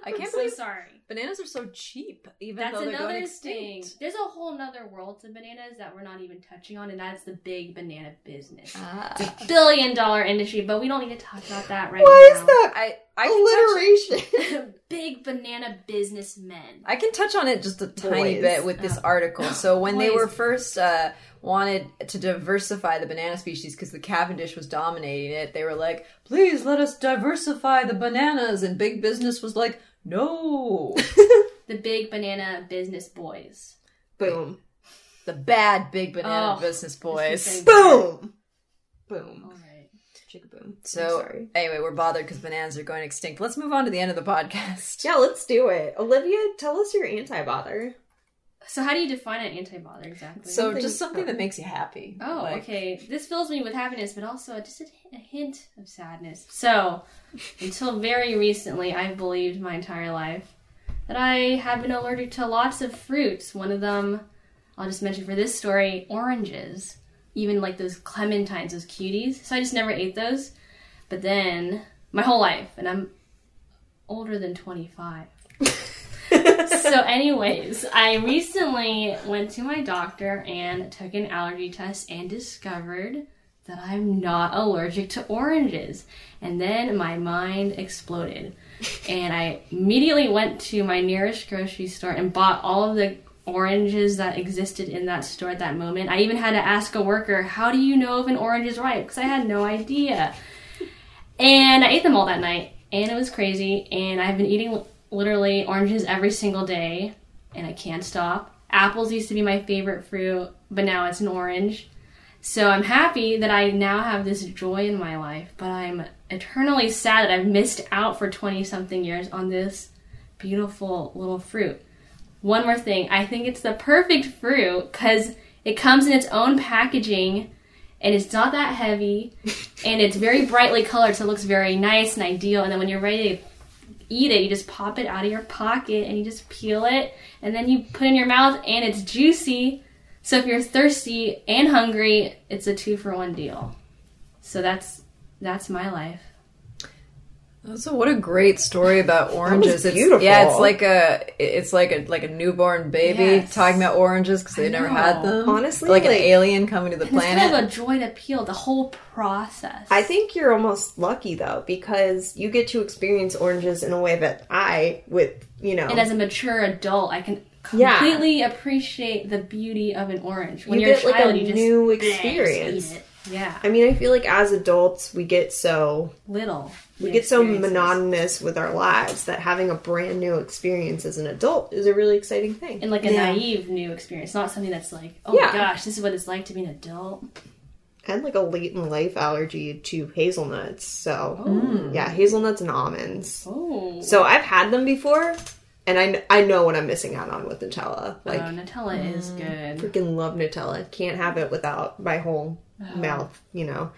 [SPEAKER 1] I can't
[SPEAKER 3] so
[SPEAKER 1] believe
[SPEAKER 3] sorry.
[SPEAKER 1] bananas are so cheap, even
[SPEAKER 3] That's
[SPEAKER 1] though they're going
[SPEAKER 3] another thing.
[SPEAKER 1] extinct.
[SPEAKER 3] There's a whole nother world to bananas that we're not even touching on, and that's the big banana business,
[SPEAKER 1] Ah.
[SPEAKER 3] billion dollar industry. But we don't need to talk about that right
[SPEAKER 2] Why
[SPEAKER 3] now.
[SPEAKER 2] is that
[SPEAKER 1] I I can touch,
[SPEAKER 2] alliteration?
[SPEAKER 3] big banana businessmen.
[SPEAKER 1] I can touch on it just a tiny
[SPEAKER 2] Boys.
[SPEAKER 1] bit with this
[SPEAKER 3] Oh.
[SPEAKER 1] article. So when they
[SPEAKER 3] Boys.
[SPEAKER 1] were first uh, wanted to diversify the banana species because the Cavendish was dominating it, they were like, "Please let us diversify the bananas," and big business was like, "No."
[SPEAKER 3] The big banana business boys.
[SPEAKER 2] Boom.
[SPEAKER 1] the bad big banana
[SPEAKER 3] Oh,
[SPEAKER 1] business
[SPEAKER 3] this
[SPEAKER 1] boys.
[SPEAKER 3] is
[SPEAKER 2] Boom. Boom.
[SPEAKER 3] All right.
[SPEAKER 2] Chicka boom.
[SPEAKER 1] So
[SPEAKER 2] sorry.
[SPEAKER 1] anyway, we're bothered because bananas are going extinct. Let's move on to the end of the podcast.
[SPEAKER 2] Yeah, let's do it. Olivia, tell us your anti bother.
[SPEAKER 3] So how do you define an antibother exactly?
[SPEAKER 1] So
[SPEAKER 2] Something-
[SPEAKER 1] just something that makes you happy.
[SPEAKER 3] Oh,
[SPEAKER 1] Like,
[SPEAKER 3] okay. This fills me with happiness, but also just a, a hint of sadness. So, until very recently, I've believed my entire life that I have been allergic to lots of fruits. One of them, I'll just mention for this story, oranges. Even like those clementines, those cuties. So I just never ate those. But then, my whole life, and I'm older than 25 so anyways i recently went to my doctor and took an allergy test and discovered that i'm not allergic to oranges and then my mind exploded and i immediately went to my nearest grocery store and bought all of the oranges that existed in that store at that moment i even had to ask a worker how do you know if an orange is ripe because i had no idea and I ate them all that night, and it was crazy. And I've been eating li- literally oranges every single day, and I can't stop. Apples used to be my favorite fruit, but now it's an orange. So I'm happy that I now have this joy in my life, but I'm eternally sad that I've missed out for 20 something years on this beautiful little fruit. One more thing. I think it's the perfect fruit because it comes in its own packaging and it's not that heavy and it's very brightly colored so it looks very nice and ideal. And then when you're ready to eat it, you just pop it out of your pocket and you just peel it and then you put it in your mouth and it's juicy. So if you're thirsty and hungry, it's a two for one deal. So that's that's my life.
[SPEAKER 1] So what a great story about oranges! It's,
[SPEAKER 2] beautiful.
[SPEAKER 1] Yeah, it's like a it's like a like a newborn baby
[SPEAKER 3] Yes.
[SPEAKER 1] talking about oranges because
[SPEAKER 3] I
[SPEAKER 1] they never
[SPEAKER 3] know.
[SPEAKER 1] had them.
[SPEAKER 2] Honestly,
[SPEAKER 1] like, an
[SPEAKER 2] like-
[SPEAKER 1] alien coming to the
[SPEAKER 3] And it's kind of
[SPEAKER 1] planet.
[SPEAKER 3] a joy to peel the whole process.
[SPEAKER 2] I think you're almost lucky though because you get to experience oranges in a way that I, with you know,
[SPEAKER 3] and as a mature adult, I can
[SPEAKER 2] Yeah.
[SPEAKER 3] completely appreciate the beauty of an orange. When
[SPEAKER 2] you
[SPEAKER 3] are
[SPEAKER 2] get
[SPEAKER 3] a child,
[SPEAKER 2] like a
[SPEAKER 3] you just
[SPEAKER 2] new
[SPEAKER 3] just eat
[SPEAKER 2] experience.
[SPEAKER 3] it. Yeah,
[SPEAKER 2] I mean, I feel like as adults we get so
[SPEAKER 3] little.
[SPEAKER 2] we
[SPEAKER 3] new
[SPEAKER 2] get so
[SPEAKER 3] experiences.
[SPEAKER 2] monotonous with our lives that having a brand new experience as an adult is a really exciting thing.
[SPEAKER 3] and like a
[SPEAKER 1] Yeah.
[SPEAKER 3] naive new experience, not something that's like, oh
[SPEAKER 2] Yeah.
[SPEAKER 3] my gosh, this is what it's like to be an adult.
[SPEAKER 2] I had like a late in life allergy to hazelnuts, so
[SPEAKER 3] Oh,
[SPEAKER 2] yeah, hazelnuts and almonds.
[SPEAKER 3] oh.
[SPEAKER 2] So I've had them before, and I kn- I know what I'm missing out on with Nutella.
[SPEAKER 3] Oh,
[SPEAKER 2] Like
[SPEAKER 1] Um,
[SPEAKER 2] mm.
[SPEAKER 3] Nutella is good.
[SPEAKER 2] freaking love Nutella. Can't have it without my whole
[SPEAKER 3] Oh.
[SPEAKER 2] mouth, you know.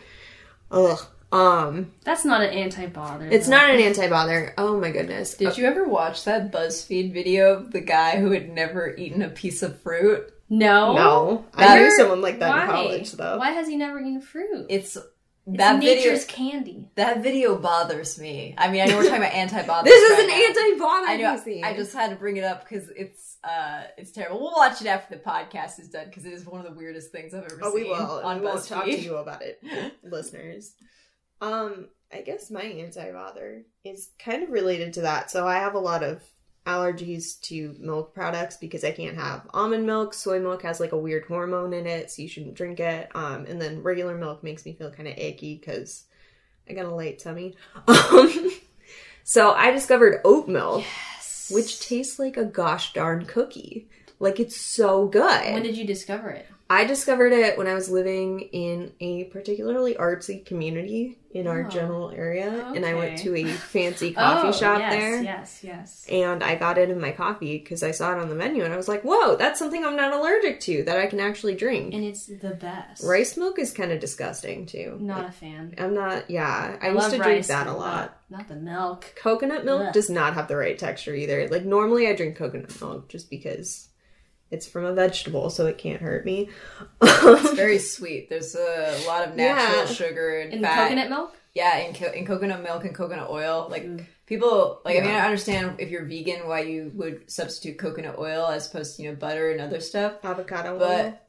[SPEAKER 2] Ugh. Um,
[SPEAKER 3] That's not an anti bother.
[SPEAKER 2] it's not an anti bother. Oh my goodness.
[SPEAKER 1] Did you ever watch that BuzzFeed video of the guy who had never eaten a piece of fruit?
[SPEAKER 3] no.
[SPEAKER 2] No, I
[SPEAKER 1] That-
[SPEAKER 2] knew someone like that
[SPEAKER 3] Why?
[SPEAKER 2] in college though.
[SPEAKER 3] Why has he never eaten fruit?
[SPEAKER 1] It's
[SPEAKER 3] it's
[SPEAKER 1] that video.
[SPEAKER 3] nature's candy.
[SPEAKER 1] That video bothers me. I mean, I know we're talking about anti-bother.
[SPEAKER 2] This is
[SPEAKER 1] right
[SPEAKER 2] an
[SPEAKER 1] now.
[SPEAKER 2] anti bother.
[SPEAKER 1] I know. I just had to bring it up because it's uh, it's terrible. We'll watch it after the podcast is done because it is one of the weirdest things I've ever
[SPEAKER 2] Oh,
[SPEAKER 1] seen
[SPEAKER 2] we will.
[SPEAKER 1] on
[SPEAKER 2] On we will talk to
[SPEAKER 1] BuzzFeed.
[SPEAKER 2] you about it, listeners. Um, I guess my anti bother is kind of related to that. So I have a lot of allergies to milk products because I can't have almond milk. Soy milk has like a weird hormone in it, so you shouldn't drink it. Um, and then regular milk makes me feel kind of icky because I got a light tummy. Um, so I discovered oat milk,
[SPEAKER 3] Yes.
[SPEAKER 2] which tastes like a gosh darn cookie. Like it's so good.
[SPEAKER 3] When did you discover it?
[SPEAKER 2] I discovered it when I was living in a particularly artsy community in our
[SPEAKER 3] Oh.
[SPEAKER 2] general area, and I went
[SPEAKER 3] Okay.
[SPEAKER 2] to a fancy coffee
[SPEAKER 3] oh,
[SPEAKER 2] shop
[SPEAKER 3] yes,
[SPEAKER 2] there.
[SPEAKER 3] Yes, yes.
[SPEAKER 2] And I got it in my coffee because I saw it on the menu, and I was like, "Whoa, that's something I'm not allergic to that I can actually drink."
[SPEAKER 3] And it's the best.
[SPEAKER 2] rice milk is kind of disgusting too.
[SPEAKER 3] Not a fan.
[SPEAKER 2] I'm not. Yeah, I, used
[SPEAKER 3] love
[SPEAKER 2] to drink
[SPEAKER 3] rice,
[SPEAKER 2] that a
[SPEAKER 3] but
[SPEAKER 2] lot.
[SPEAKER 3] Not the milk.
[SPEAKER 2] Coconut milk
[SPEAKER 3] Ugh.
[SPEAKER 2] does not have the right texture either. Like normally I drink coconut milk just because it's from a vegetable, so it can't hurt me.
[SPEAKER 1] It's very sweet. There's a lot of
[SPEAKER 2] Yeah.
[SPEAKER 1] natural sugar and
[SPEAKER 3] In
[SPEAKER 1] fat.
[SPEAKER 3] coconut milk?
[SPEAKER 1] Yeah, in, co- in coconut milk and coconut oil. Like
[SPEAKER 3] Mm.
[SPEAKER 1] people, like I mean,
[SPEAKER 2] Yeah.
[SPEAKER 1] I understand if you're vegan why you would substitute coconut oil as opposed to you know butter and other stuff.
[SPEAKER 2] Avocado oil.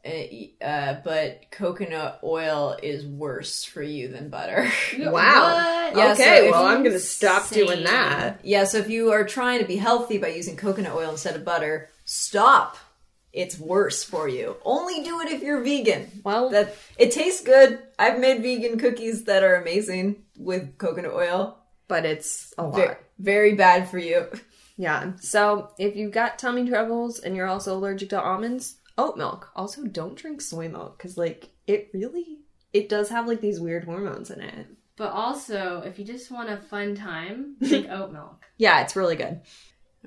[SPEAKER 1] But uh, uh, but coconut oil is worse for you than butter.
[SPEAKER 2] Wow.
[SPEAKER 3] What?
[SPEAKER 1] Yeah,
[SPEAKER 2] okay,
[SPEAKER 1] so if
[SPEAKER 2] well,
[SPEAKER 1] you-
[SPEAKER 2] I'm going to stop doing
[SPEAKER 3] Insane.
[SPEAKER 2] that.
[SPEAKER 1] Yeah, so if you are trying to be healthy by using coconut oil instead of butter, stop. It's worse for you. Only do it if you're vegan.
[SPEAKER 2] Well-
[SPEAKER 1] that it tastes good. I've made vegan cookies that are amazing with coconut oil.
[SPEAKER 2] But it's a lot.
[SPEAKER 1] Ve- very bad for you.
[SPEAKER 2] Yeah. So if you've got tummy troubles and you're also allergic to almonds, oat milk. Also, don't drink soy milk because, like, it really. It does have like these weird hormones in it.
[SPEAKER 3] But also, if you just want a fun time, drink oat milk.
[SPEAKER 2] Yeah, it's really good.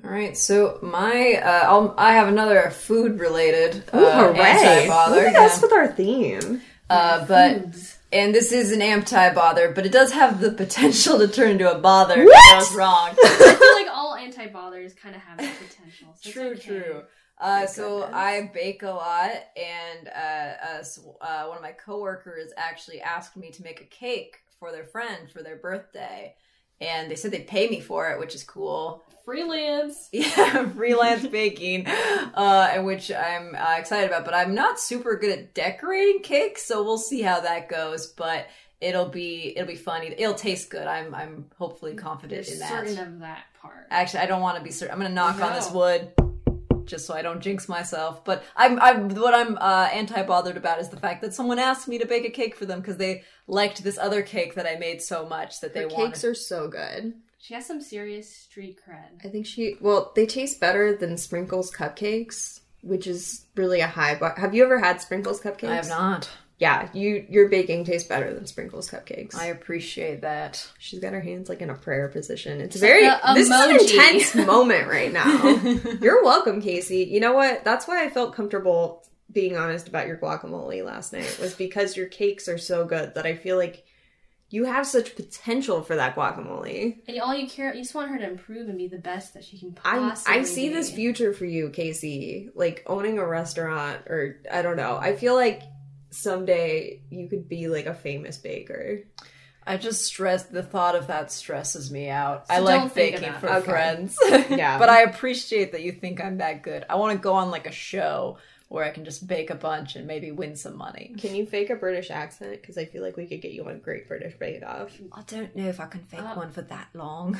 [SPEAKER 1] All right, so my uh, I'll, I have another food related
[SPEAKER 2] Ooh,
[SPEAKER 1] uh,
[SPEAKER 2] hooray!
[SPEAKER 1] anti
[SPEAKER 2] Look
[SPEAKER 1] bother.
[SPEAKER 2] at us with our theme.
[SPEAKER 1] Uh, but
[SPEAKER 3] Foods.
[SPEAKER 1] and this is an anti bother, but it does have the potential to turn into a bother
[SPEAKER 2] What?
[SPEAKER 1] if it goes wrong.
[SPEAKER 3] I feel like all anti bothers kind of have that potential. So it's
[SPEAKER 1] true,
[SPEAKER 3] okay.
[SPEAKER 1] true. Uh,
[SPEAKER 2] Thank
[SPEAKER 1] so
[SPEAKER 2] goodness.
[SPEAKER 1] I bake a lot, and uh, uh, s- uh, one of my coworkers actually asked me to make a cake for their friend for their birthday, and they said they'd pay me for it, which is cool.
[SPEAKER 3] Freelance.
[SPEAKER 1] Yeah, freelance baking, uh, and which I'm uh, excited about. But I'm not super good at decorating cakes, so we'll see how that goes. But it'll be it'll be funny. It'll taste good. I'm I'm hopefully confident
[SPEAKER 3] You're
[SPEAKER 1] in that.
[SPEAKER 3] certain of that part.
[SPEAKER 1] Actually, I don't want to be certain. I'm going to knock on this
[SPEAKER 3] No.
[SPEAKER 1] wood just so I don't jinx myself. But I'm, I'm what I'm uh, anti bothered about is the fact that someone asked me to bake a cake for them because they liked this other cake that I made so much that
[SPEAKER 2] Her
[SPEAKER 1] they
[SPEAKER 2] cakes
[SPEAKER 1] wanted.
[SPEAKER 2] are so good.
[SPEAKER 3] She has some serious street cred.
[SPEAKER 2] I think she. Well, they taste better than Sprinkles cupcakes, which is really a high bar. Have you ever had Sprinkles cupcakes?
[SPEAKER 1] I have not.
[SPEAKER 2] yeah, you your baking tastes better than sprinkles cupcakes.
[SPEAKER 1] I appreciate that.
[SPEAKER 2] She's got her hands like in a prayer position. It's
[SPEAKER 3] It's
[SPEAKER 2] very
[SPEAKER 3] like the
[SPEAKER 2] this is an
[SPEAKER 3] emoji.
[SPEAKER 2] intense moment right now. You're welcome, Casey. You know what? That's why I felt comfortable being honest about your guacamole last night was because your cakes are so good that I feel like you have such potential for that guacamole.
[SPEAKER 3] And all you care, you just want her to improve and be the best that she can
[SPEAKER 2] I
[SPEAKER 3] possibly.
[SPEAKER 2] I see this
[SPEAKER 3] be.
[SPEAKER 2] future for you, Casey. Like owning a restaurant or I don't know. I feel like someday you could be like a famous baker.
[SPEAKER 1] I just stress the thought of that stresses me out.
[SPEAKER 3] So
[SPEAKER 1] I
[SPEAKER 3] don't
[SPEAKER 1] like
[SPEAKER 3] think
[SPEAKER 1] baking
[SPEAKER 3] about
[SPEAKER 1] for
[SPEAKER 2] it. Okay.
[SPEAKER 1] friends.
[SPEAKER 2] Yeah.
[SPEAKER 1] but I appreciate that you think I'm that good. I want to go on like a show where I can just bake a bunch and maybe win some money.
[SPEAKER 2] Can you fake a British accent? Because I feel like we could get you on Great British Bake Off.
[SPEAKER 1] I don't know if I can fake
[SPEAKER 3] Uh,
[SPEAKER 1] one for that long.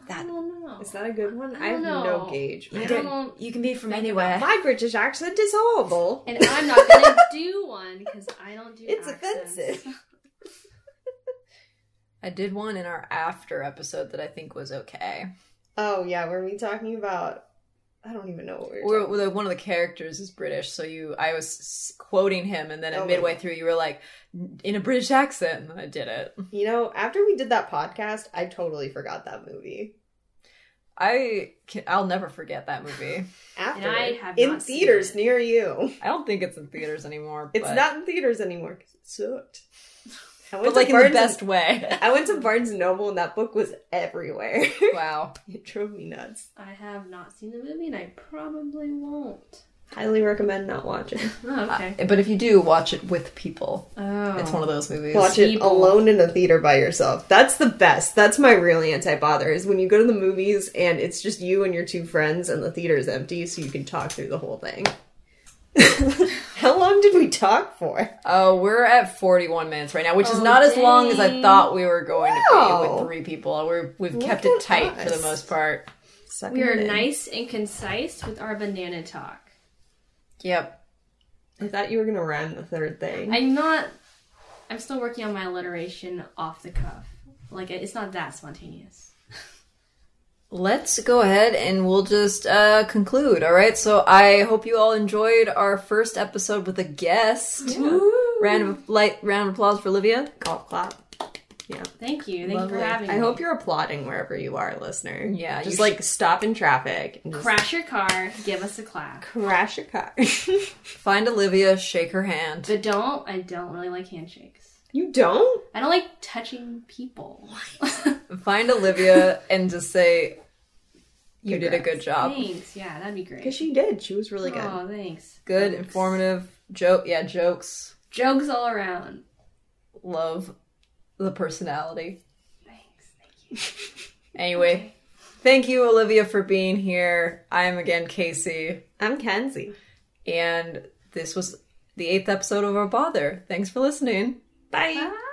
[SPEAKER 3] I
[SPEAKER 1] That
[SPEAKER 3] don't know.
[SPEAKER 2] Is that a good one?
[SPEAKER 3] I
[SPEAKER 2] I, have
[SPEAKER 3] don't
[SPEAKER 2] no
[SPEAKER 3] know.
[SPEAKER 2] gauge,
[SPEAKER 3] I
[SPEAKER 1] I
[SPEAKER 2] man.
[SPEAKER 3] don't-
[SPEAKER 1] don't. You can be from anywhere.
[SPEAKER 2] My British accent is horrible.
[SPEAKER 3] And I'm not gonna do one because I don't do.
[SPEAKER 2] It's
[SPEAKER 3] accents.
[SPEAKER 2] offensive.
[SPEAKER 1] I did one in our after episode that I think was okay.
[SPEAKER 2] Oh yeah, were we talking about? I don't even know what we were.
[SPEAKER 1] Or
[SPEAKER 2] talking-
[SPEAKER 1] the- one of the characters is British, so you I was s- quoting him, and then
[SPEAKER 2] Oh
[SPEAKER 1] at
[SPEAKER 2] my
[SPEAKER 1] midway
[SPEAKER 2] God.
[SPEAKER 1] through, you were like, in a British accent, and I did it.
[SPEAKER 2] you know, after we did that podcast, I totally forgot that movie.
[SPEAKER 1] I can, I'll never forget that movie.
[SPEAKER 2] After
[SPEAKER 3] I have
[SPEAKER 2] in
[SPEAKER 3] not seen
[SPEAKER 2] theaters
[SPEAKER 3] it.
[SPEAKER 2] near you.
[SPEAKER 1] I don't think it's in theaters anymore.
[SPEAKER 2] It's
[SPEAKER 1] but,
[SPEAKER 2] not in theaters anymore 'cause it sucked. I went
[SPEAKER 1] but
[SPEAKER 2] to
[SPEAKER 1] like in the
[SPEAKER 2] Barnes
[SPEAKER 1] best
[SPEAKER 2] and-
[SPEAKER 1] way.
[SPEAKER 2] I went to Barnes and Noble, and that book was everywhere.
[SPEAKER 1] wow.
[SPEAKER 2] it drove me nuts.
[SPEAKER 3] I have not seen the movie, and I probably won't.
[SPEAKER 2] Highly recommend not watching.
[SPEAKER 3] Oh,
[SPEAKER 2] Uh,
[SPEAKER 3] okay.
[SPEAKER 1] But if you do, watch it with people.
[SPEAKER 3] Oh,
[SPEAKER 1] It's one of those movies.
[SPEAKER 2] Watch it
[SPEAKER 3] people.
[SPEAKER 2] alone in a theater by yourself. That's the best. That's my really anti bother is when you go to the movies and it's just you and your two friends and the theater's empty so you can talk through the whole thing. How long did we talk for?
[SPEAKER 1] Oh, we're at 41 minutes right now, which is
[SPEAKER 3] Oh,
[SPEAKER 1] not as long as I
[SPEAKER 3] dang.
[SPEAKER 1] thought we were going to be
[SPEAKER 2] Wow.
[SPEAKER 1] with three people. We're, we've
[SPEAKER 2] Look
[SPEAKER 1] kept
[SPEAKER 2] at
[SPEAKER 1] it tight for
[SPEAKER 2] us.
[SPEAKER 1] the most part.
[SPEAKER 2] Sucking
[SPEAKER 3] we are
[SPEAKER 2] it in.
[SPEAKER 3] nice and concise with our banana talk.
[SPEAKER 1] Yep.
[SPEAKER 2] I thought you were gonna rhyme the third thing.
[SPEAKER 3] I'm not. I'm still working on my alliteration off the cuff. Like it- it's not that spontaneous.
[SPEAKER 1] Let's go ahead and we'll just uh, conclude. All right. So I hope you all enjoyed our first episode with a guest. Round of light round of applause for Olivia.
[SPEAKER 2] Golf clap. Yeah.
[SPEAKER 3] Thank you. Thank you
[SPEAKER 1] Lovely.
[SPEAKER 3] for having me.
[SPEAKER 2] I hope you're applauding wherever you are, listener.
[SPEAKER 1] Yeah, you
[SPEAKER 2] Just like stop in traffic. And just
[SPEAKER 3] crash your car. Give us a clap.
[SPEAKER 2] crash a car.
[SPEAKER 1] Find Olivia, shake her hand.
[SPEAKER 3] But don't. I don't really like handshakes.
[SPEAKER 2] you don't?
[SPEAKER 3] I don't like touching people.
[SPEAKER 1] Find Olivia and just say, You did a
[SPEAKER 2] Congrats.
[SPEAKER 1] good job.
[SPEAKER 3] thanks. Yeah, that'd be great.
[SPEAKER 2] Because she did. She was really good.
[SPEAKER 3] Oh, thanks.
[SPEAKER 1] Good,
[SPEAKER 3] Jokes.
[SPEAKER 1] informative, joke. Yeah, jokes.
[SPEAKER 3] Jokes all around.
[SPEAKER 1] Love the personality.
[SPEAKER 3] Thanks.
[SPEAKER 1] Anyway, thank you, Olivia, for being here. I am again Casey,
[SPEAKER 2] I'm Kenzie.
[SPEAKER 1] and this was the eighth episode of Our Bother. Thanks for listening.
[SPEAKER 2] Bye.
[SPEAKER 3] Bye.